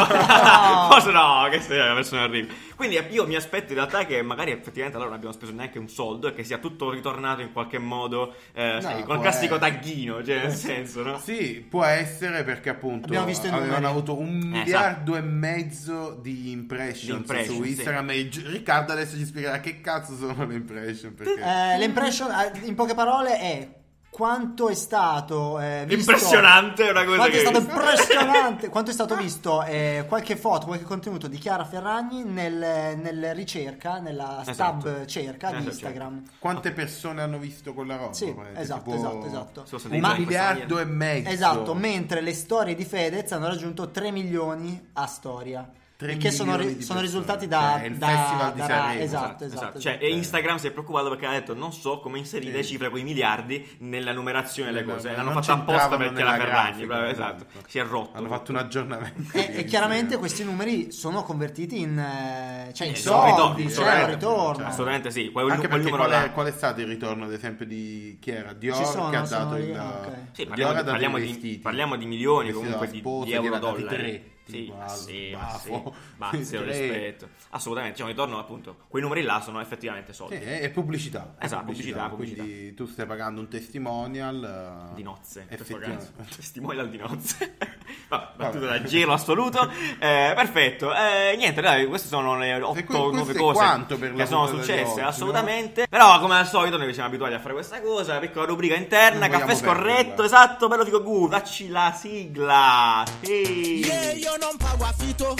Speaker 2: No.
Speaker 1: forse no, che sei una persona orribile. Quindi eh, io mi aspetto in realtà che magari effettivamente allora non abbiamo speso neanche un soldo e che sia tutto ritornato in qualche modo eh,
Speaker 3: No,
Speaker 1: sai,
Speaker 3: può
Speaker 1: col classico
Speaker 3: essere.
Speaker 1: tagghino, cioè nel senso, no?
Speaker 3: Sì, può essere perché appunto
Speaker 2: Abbiamo visto i numeri.
Speaker 3: avevano avuto un
Speaker 1: Eh,
Speaker 3: miliardo e mezzo di impressions,
Speaker 1: Di impressions,
Speaker 3: su
Speaker 1: sì.
Speaker 3: Instagram. E Gi- Riccardo adesso ci spiegherà che cazzo sono le impressions. Perché...
Speaker 2: Eh, l'impression, eh, in poche parole, è quanto è stato eh, visto-
Speaker 1: Impressionante è una cosa
Speaker 2: Quanto è
Speaker 1: che- Esatto,
Speaker 2: stato impressionante, quanto è stato visto eh, qualche foto, qualche contenuto di Chiara Ferragni nel, nel ricerca, nella
Speaker 1: Esatto.
Speaker 2: sub cerca di
Speaker 1: Esatto,
Speaker 2: Instagram.
Speaker 3: Quante persone hanno visto quella roba?
Speaker 2: Sì,
Speaker 3: praticamente?
Speaker 2: esatto,
Speaker 3: Tipo
Speaker 2: esatto, esatto.
Speaker 1: Solo se
Speaker 3: Un
Speaker 1: devi
Speaker 2: Ma-
Speaker 1: fare in questa
Speaker 3: miliardo e
Speaker 1: maniera.
Speaker 3: mezzo.
Speaker 2: Esatto, mentre le storie di Fedez hanno raggiunto 3 milioni a storia.
Speaker 3: 3
Speaker 2: che sono,
Speaker 3: milioni di
Speaker 2: sono
Speaker 3: persone,
Speaker 2: risultati da,
Speaker 3: cioè, il
Speaker 2: da-
Speaker 3: Festival di
Speaker 2: da-
Speaker 3: Sanremo,
Speaker 2: Esatto, esatto.
Speaker 1: Cioè,
Speaker 2: esatto.
Speaker 1: e Instagram si è preoccupato perché ha detto non so come inserire
Speaker 3: Sì.
Speaker 1: cifre quei miliardi nella numerazione delle
Speaker 3: Vabbè,
Speaker 1: cose.
Speaker 3: non
Speaker 1: L'hanno fatta apposta
Speaker 3: c'entravano
Speaker 1: perché la
Speaker 3: nella
Speaker 1: Ferragni,
Speaker 3: grafica,
Speaker 1: bravo, esatto.
Speaker 3: esatto.
Speaker 1: Si è rotto.
Speaker 3: Hanno fatto un aggiornamento.
Speaker 2: Eh, E,
Speaker 3: di
Speaker 2: e chiaramente
Speaker 3: Instagram.
Speaker 2: questi numeri sono convertiti in, eh, cioè in
Speaker 1: Eh, sono
Speaker 2: soldi,
Speaker 1: ritorni,
Speaker 2: cioè
Speaker 1: sono
Speaker 2: un
Speaker 1: ritorni,
Speaker 2: ritorno.
Speaker 1: Assolutamente sì. Quel,
Speaker 3: certo, Anche
Speaker 1: quel
Speaker 3: perché
Speaker 1: numero
Speaker 3: qual
Speaker 1: là.
Speaker 3: è, qual è stato il ritorno, ad esempio, di chi era? Dior
Speaker 2: Ci sono,
Speaker 3: che ha
Speaker 2: sono
Speaker 3: dato
Speaker 2: lì,
Speaker 3: il.
Speaker 2: ok.
Speaker 1: Sì,
Speaker 3: Dior
Speaker 1: parliamo,
Speaker 3: ha
Speaker 1: di,
Speaker 3: dato i
Speaker 1: parliamo di-
Speaker 3: vestiti.
Speaker 1: parliamo di milioni
Speaker 3: Vestiti
Speaker 1: comunque
Speaker 3: da
Speaker 1: di,
Speaker 3: sposa,
Speaker 1: di
Speaker 3: gli
Speaker 1: euro
Speaker 3: era dati
Speaker 1: dollari.
Speaker 3: tre,
Speaker 1: Sì,
Speaker 3: tipo,
Speaker 1: ma
Speaker 3: al
Speaker 1: sì, ma sì,
Speaker 3: baffo.
Speaker 1: ma
Speaker 3: Sì,
Speaker 1: zero
Speaker 3: tre.
Speaker 1: rispetto. Assolutamente, c'è un ritorno appunto. Quei numeri là sono effettivamente
Speaker 3: Sì,
Speaker 1: soldi.
Speaker 3: è è pubblicità. è
Speaker 1: Esatto, pubblicità, pubblicità.
Speaker 3: Quindi tu stai pagando un testimonial. eh,
Speaker 1: Di nozze, in questo caso.
Speaker 3: Effettivamente.
Speaker 1: Testimonial di nozze. Vabbè, battuta
Speaker 3: Vabbè.
Speaker 1: da gelo assoluto. Eh, perfetto. Eh, niente, dai, queste sono le
Speaker 3: E que- questo
Speaker 1: 8-9
Speaker 3: è
Speaker 1: cose
Speaker 3: quanto per la
Speaker 1: che sono
Speaker 3: puntata di
Speaker 1: successe,
Speaker 3: oggi, no?
Speaker 1: assolutamente. Però, come al solito, noi siamo abituati a fare questa cosa. Piccola rubrica interna,
Speaker 3: Non
Speaker 1: caffè
Speaker 3: vogliamo
Speaker 1: scorretto,
Speaker 3: perderla.
Speaker 1: esatto. Bello dico gu, dacci la sigla. Sì.
Speaker 4: Yeah, yo non pago affitto,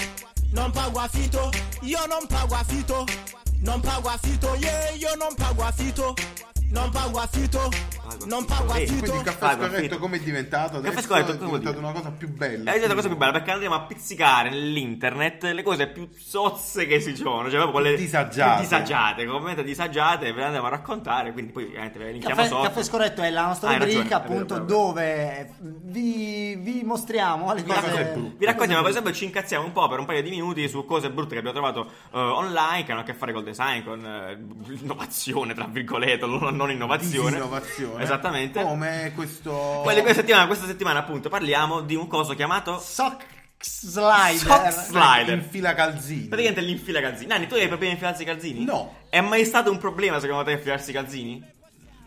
Speaker 4: non pago affitto, io non pago affitto, non pago affitto, yeah, io non pago affitto, non pago affitto, non pago
Speaker 1: Eh,
Speaker 4: affitto.
Speaker 3: Quindi il caffè
Speaker 1: Vai,
Speaker 3: scorretto
Speaker 1: Guaffito.
Speaker 3: come è diventato?
Speaker 1: Caffè
Speaker 3: Adesso
Speaker 1: scorretto,
Speaker 3: è
Speaker 1: cosa vuol
Speaker 3: diventata
Speaker 1: dire?
Speaker 3: una cosa più bella.
Speaker 1: È Eh, la cosa più bella perché andremo a pizzicare nell'internet le cose più sozze che si sono, cioè proprio quelle
Speaker 3: Disagiate.
Speaker 1: più disagiate, completamente disagiate, ve le andiamo a raccontare, quindi poi ovviamente ve le linkiamo
Speaker 2: Caffè,
Speaker 1: sotto.
Speaker 2: Caffè Scorretto è la nostra
Speaker 1: Hai
Speaker 2: rubrica
Speaker 1: ragione, è vero,
Speaker 2: appunto
Speaker 1: è vero,
Speaker 2: dove vi, vi mostriamo le
Speaker 3: La
Speaker 2: cose,
Speaker 3: cosa è brutta.
Speaker 1: Vi raccontiamo, per esempio, ci incazziamo un po' per un paio di minuti su cose brutte che abbiamo trovato eh, online che hanno a che fare col design, con eh, innovazione, tra virgolette, non, non innovazione.
Speaker 3: Disinnovazione. Oh,
Speaker 1: Esattamente.
Speaker 3: Come questo.
Speaker 1: Poi di questa settimana, questa settimana, appunto, parliamo di un coso chiamato
Speaker 2: Sock slide.
Speaker 1: Sock slider.
Speaker 3: Infila calzini.
Speaker 1: Praticamente l'infila calzini. Nanni, tu hai problemi a infilarsi i calzini?
Speaker 3: No.
Speaker 1: È mai stato un problema secondo te infilarsi i calzini?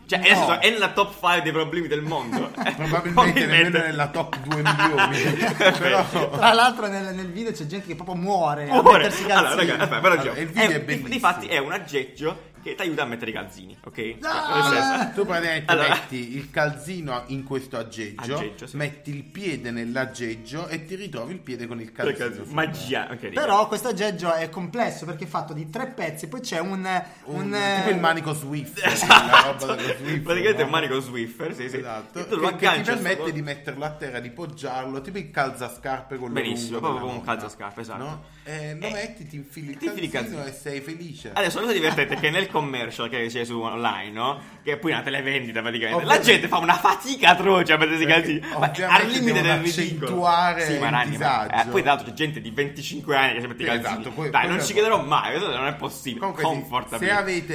Speaker 1: Cioè, nel
Speaker 3: No.
Speaker 1: senso, è nella top 5 dei problemi del mondo.
Speaker 3: Eh, Probabilmente nemmeno nella top 2 milioni.
Speaker 1: Perfetto.
Speaker 3: Però.
Speaker 2: Tra l'altro nel, nel video c'è gente che proprio muore, a
Speaker 1: Oh, Muore.
Speaker 2: mettersi i
Speaker 1: Allora,
Speaker 2: calzini.
Speaker 1: raga, vabbè, però
Speaker 3: Allora,
Speaker 1: Gio,
Speaker 3: il video è
Speaker 1: di-
Speaker 3: bellissimo.
Speaker 1: Difatti è un aggeggio che ti aiuta a mettere i calzini, ok?
Speaker 2: Ah!
Speaker 1: Nel senso-
Speaker 3: Tu praticamente
Speaker 1: Allora-
Speaker 3: metti il calzino in questo aggeggio,
Speaker 1: Aggeggio, sì.
Speaker 3: metti il piede nell'aggeggio e ti ritrovi il piede con il
Speaker 1: Perché-
Speaker 3: calzino. sopra.
Speaker 1: cioè, Magia, ok. raga.
Speaker 2: Però questo aggeggio è complesso perché è fatto di tre pezzi, poi c'è un...
Speaker 3: Un-
Speaker 2: un,
Speaker 3: tipo il
Speaker 2: eh,
Speaker 3: manico Swift, la
Speaker 1: Esatto.
Speaker 3: roba dello Swift,
Speaker 1: Praticamente è
Speaker 3: no?
Speaker 1: un manico Swiffer, sì, sì.
Speaker 3: Esatto.
Speaker 1: E tu lo
Speaker 3: che, che ti
Speaker 1: agganci.
Speaker 3: permette di metterlo a terra, di poggiarlo, tipo il calzascarpe con
Speaker 1: Benissimo, proprio come un calzascarpe, esatto.
Speaker 3: E lo
Speaker 1: Eh,
Speaker 3: metti, ti infili il
Speaker 1: ti infili il
Speaker 3: calzino
Speaker 1: calzino.
Speaker 3: e sei felice.
Speaker 1: Adesso la cosa divertente è che nel commercial che c'è su online, no? Che poi è una televendita praticamente,
Speaker 3: Ovviamente-
Speaker 1: la gente fa una fatica atroce a mettersi i
Speaker 3: Perché
Speaker 1: calzini. Ma
Speaker 3: ovviamente
Speaker 1: al limite del
Speaker 3: devono
Speaker 1: ridicolo.
Speaker 3: accentuare
Speaker 1: Sì, ma
Speaker 3: il
Speaker 1: Ragni, ma-
Speaker 3: disagio.
Speaker 1: eh, poi dato c'è gente di 25 anni che si mette i
Speaker 3: Sì,
Speaker 1: calzini.
Speaker 3: esatto, poi-
Speaker 1: Dai,
Speaker 3: poi
Speaker 1: non
Speaker 3: è-
Speaker 1: ci chiederò mai, questo non è possibile.
Speaker 3: Comunque, sì,
Speaker 1: Conforta
Speaker 3: se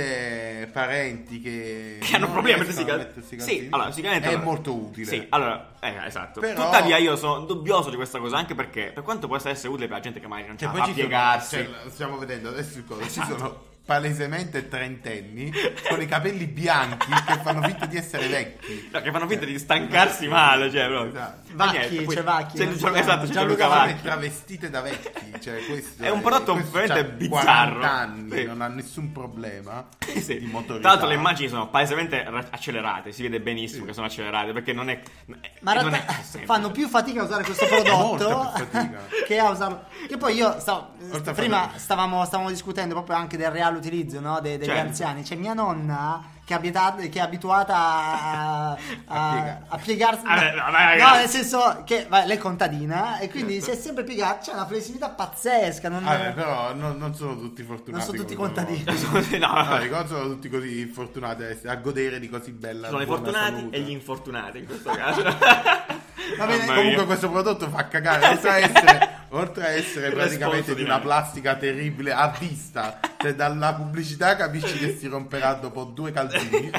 Speaker 3: avete parenti che,
Speaker 1: che hanno
Speaker 3: non
Speaker 1: problemi a mettersi i
Speaker 3: riescono a
Speaker 1: calzini.
Speaker 3: mettersi i
Speaker 1: Sì, allora, sicuramente
Speaker 3: è
Speaker 1: allora-
Speaker 3: molto utile. Cioè,
Speaker 1: Sì, allora, eh, esatto.
Speaker 3: Però-
Speaker 1: Tuttavia io sono dubbioso di questa cosa anche perché per quanto possa essere utile per la gente che magari non
Speaker 3: Cioè,
Speaker 1: c'ha
Speaker 3: poi
Speaker 1: a
Speaker 3: ci sono-
Speaker 1: piegarsi. Esatto.
Speaker 3: cioè, stiamo vedendo adesso il coso, ci sono palesemente trentenni con i capelli bianchi che fanno finta di essere vecchi. Cioè,
Speaker 1: No, che fanno finta di stancarsi male, cioè, proprio.
Speaker 3: Esatto.
Speaker 1: E
Speaker 2: Vacchi,
Speaker 1: niente, poi-
Speaker 2: c'è Vacchi.
Speaker 1: c'è
Speaker 2: non si
Speaker 1: Gianluca-
Speaker 2: chiama.
Speaker 1: esatto, c'è
Speaker 3: Gianluca
Speaker 1: Gianluca
Speaker 3: Vane
Speaker 1: Vacchi.
Speaker 3: travestite da vecchi, cioè questo
Speaker 1: È un prodotto
Speaker 3: questo
Speaker 1: veramente
Speaker 3: c'ha
Speaker 1: bizzarro.
Speaker 3: 40 anni,
Speaker 1: Sì.
Speaker 3: non ha nessun problema
Speaker 1: Sì.
Speaker 3: di
Speaker 1: Tra
Speaker 3: motorità.
Speaker 1: l'altro le immagini sono palesemente ra- accelerate, si vede benissimo
Speaker 3: Sì.
Speaker 1: che sono accelerate perché non è...
Speaker 2: Ma
Speaker 3: Eh,
Speaker 2: in
Speaker 1: non è
Speaker 2: realtà
Speaker 1: semplice.
Speaker 2: fanno più fatica a usare questo
Speaker 3: Molta
Speaker 2: prodotto
Speaker 3: più fatica.
Speaker 2: che a usarlo. Che poi io stavo-
Speaker 3: Molta
Speaker 2: prima
Speaker 3: fatica.
Speaker 2: stavamo, stavamo discutendo proprio anche del reale utilizzo no, de- degli
Speaker 1: Certo.
Speaker 2: anziani. C'è mia nonna che è, abita- che è abituata a, a-
Speaker 3: A piega-
Speaker 2: a piegarsi.
Speaker 1: Ah, beh,
Speaker 2: no,
Speaker 1: vabbè, ragazzi.
Speaker 2: no, nel senso che vai, lei è contadina e quindi si è sempre piegata. C'è una flessibilità pazzesca. Non,
Speaker 3: Certo. Vabbè, Ah, eh, però no- non sono tutti fortunati.
Speaker 2: non sono tutti
Speaker 3: come loro.
Speaker 2: contadini.
Speaker 1: no,
Speaker 3: No, dico, non sono tutti così fortunati a essere- a godere di così bella
Speaker 1: sono i
Speaker 3: buona
Speaker 1: fortunati
Speaker 3: salute.
Speaker 1: e gli infortunati in questo caso.
Speaker 3: Va bene,
Speaker 1: Mamma
Speaker 3: comunque
Speaker 1: mia.
Speaker 3: questo prodotto fa cagare, oltre a essere, oltre a essere
Speaker 1: Responso
Speaker 3: praticamente di
Speaker 1: di
Speaker 3: una
Speaker 1: me.
Speaker 3: plastica terribile a vista, cioè dalla pubblicità capisci che si romperà dopo due calzini,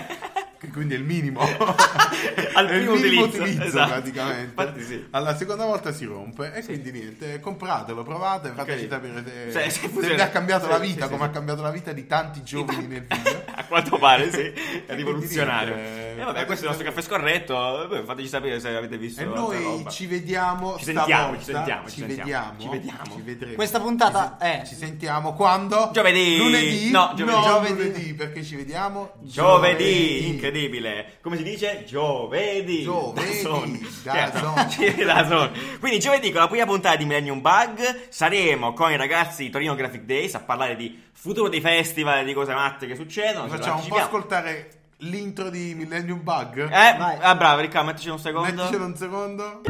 Speaker 3: che quindi è il minimo.
Speaker 1: Al
Speaker 3: È il
Speaker 1: primo
Speaker 3: minimo
Speaker 1: utilizzo, esatto.
Speaker 3: praticamente.
Speaker 1: Infatti sì.
Speaker 3: Alla seconda volta si rompe e quindi niente, compratelo, provate, fateci
Speaker 1: Ok. Cioè,
Speaker 3: sapere
Speaker 1: Se-
Speaker 3: se,
Speaker 1: se
Speaker 3: eh, se vi
Speaker 1: funziona.
Speaker 3: ha cambiato
Speaker 1: Sì,
Speaker 3: la
Speaker 1: sì,
Speaker 3: vita,
Speaker 1: sì,
Speaker 3: come
Speaker 1: sì.
Speaker 3: ha cambiato la vita di tanti giovani nel video.
Speaker 1: A quanto pare, sì, è rivoluzionario.
Speaker 3: quindi niente,
Speaker 1: E vabbè, questo è il nostro caffè scorretto. Beh, Fateci sapere se avete visto.
Speaker 3: E
Speaker 1: la
Speaker 3: noi
Speaker 1: roba.
Speaker 3: ci vediamo
Speaker 1: Ci sentiamo,
Speaker 3: stavolta.
Speaker 1: ci sentiamo, ci
Speaker 3: ci
Speaker 1: sentiamo.
Speaker 3: vediamo,
Speaker 1: Ci vediamo.
Speaker 3: ci vedremo.
Speaker 2: Questa puntata
Speaker 3: ci, sen-
Speaker 2: è-
Speaker 3: ci sentiamo quando?
Speaker 1: Giovedì!
Speaker 3: Lunedì?
Speaker 1: No, giovedì.
Speaker 2: Giovedì.
Speaker 3: lunedì, perché ci vediamo
Speaker 1: Giovedì, incredibile. Come si dice? Giovedì.
Speaker 3: Giovedì, da
Speaker 1: Certo.
Speaker 3: zone.
Speaker 1: Sì, da zone. Quindi giovedì con la prima puntata di Millennium Bug saremo con i ragazzi di Torino Graphic Days a parlare di futuro dei festival, di cose matte che succedono.
Speaker 3: Ci
Speaker 1: se lo
Speaker 3: Facciamo un po'
Speaker 1: anticipiamo.
Speaker 3: ascoltare l'intro di Millennium Bug.
Speaker 1: Eh,
Speaker 2: Vai.
Speaker 1: ah, bravo, Riccardo, mettici un secondo.
Speaker 3: Metticelo un secondo.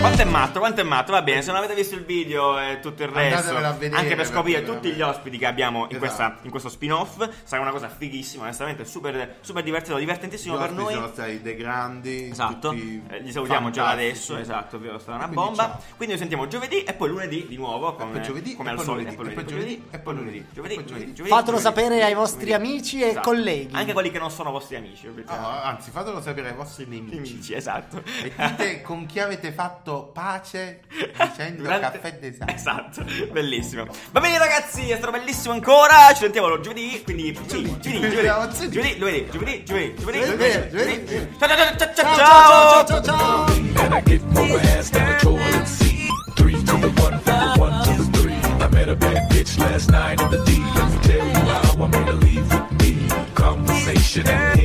Speaker 1: Quanto è matto, quanto è matto, va bene, se non avete visto il video e tutto il resto,
Speaker 3: Andatevelo a vedere,
Speaker 1: anche per
Speaker 3: perché
Speaker 1: scoprire
Speaker 3: veramente-
Speaker 1: tutti gli ospiti che abbiamo in,
Speaker 3: Esatto.
Speaker 1: questa- in questo spin-off, sarà una cosa fighissima, onestamente, super, super divertito, divertentissimo per
Speaker 3: ospiti
Speaker 1: noi.
Speaker 3: sono stati dei grandi.
Speaker 1: Esatto,
Speaker 3: tutti
Speaker 1: Eh, li salutiamo già
Speaker 3: fantastici.
Speaker 1: adesso, esatto, ovvero sarà una
Speaker 3: Quindi
Speaker 1: bomba.
Speaker 3: ciao.
Speaker 1: Quindi noi sentiamo giovedì e poi lunedì di nuovo, come,
Speaker 3: poi giovedì,
Speaker 1: come
Speaker 3: e
Speaker 1: al
Speaker 3: poi
Speaker 1: solito, e
Speaker 3: lunedì,
Speaker 1: poi lunedì, e poi lunedì, giovedì,
Speaker 3: e poi
Speaker 1: lunedì,
Speaker 3: giovedì.
Speaker 1: giovedì,
Speaker 2: Fatelo
Speaker 1: lunedì,
Speaker 2: sapere ai
Speaker 1: lunedì,
Speaker 2: vostri
Speaker 1: lunedì.
Speaker 2: amici e
Speaker 1: Esatto.
Speaker 2: colleghi.
Speaker 1: Anche quelli che non sono vostri amici,
Speaker 3: No,
Speaker 1: ovviamente.
Speaker 3: anzi, fatelo sapere ai vostri nemici.
Speaker 1: Amici, esatto.
Speaker 3: Ah, E dite con chi avete fatto pace dicendo
Speaker 1: Durante-
Speaker 3: caffè design.
Speaker 1: Esatto, bellissimo. Va bene ragazzi, è stato bellissimo ancora. Ci sentiamo giovedì, quindi giovedì, giovedì, giovedì, giovedì, lunedì, giovedì, giovedì, giovedì, giovedì. Ciao ciao ciao ciao ciao.
Speaker 2: ciao ciao ciao. ciao.
Speaker 5: and I get my ass down the toilet and see. Three to the one, from the one to the three. I met a bad bitch last night at the D. Let me tell you how I made her leave with me. Conversation and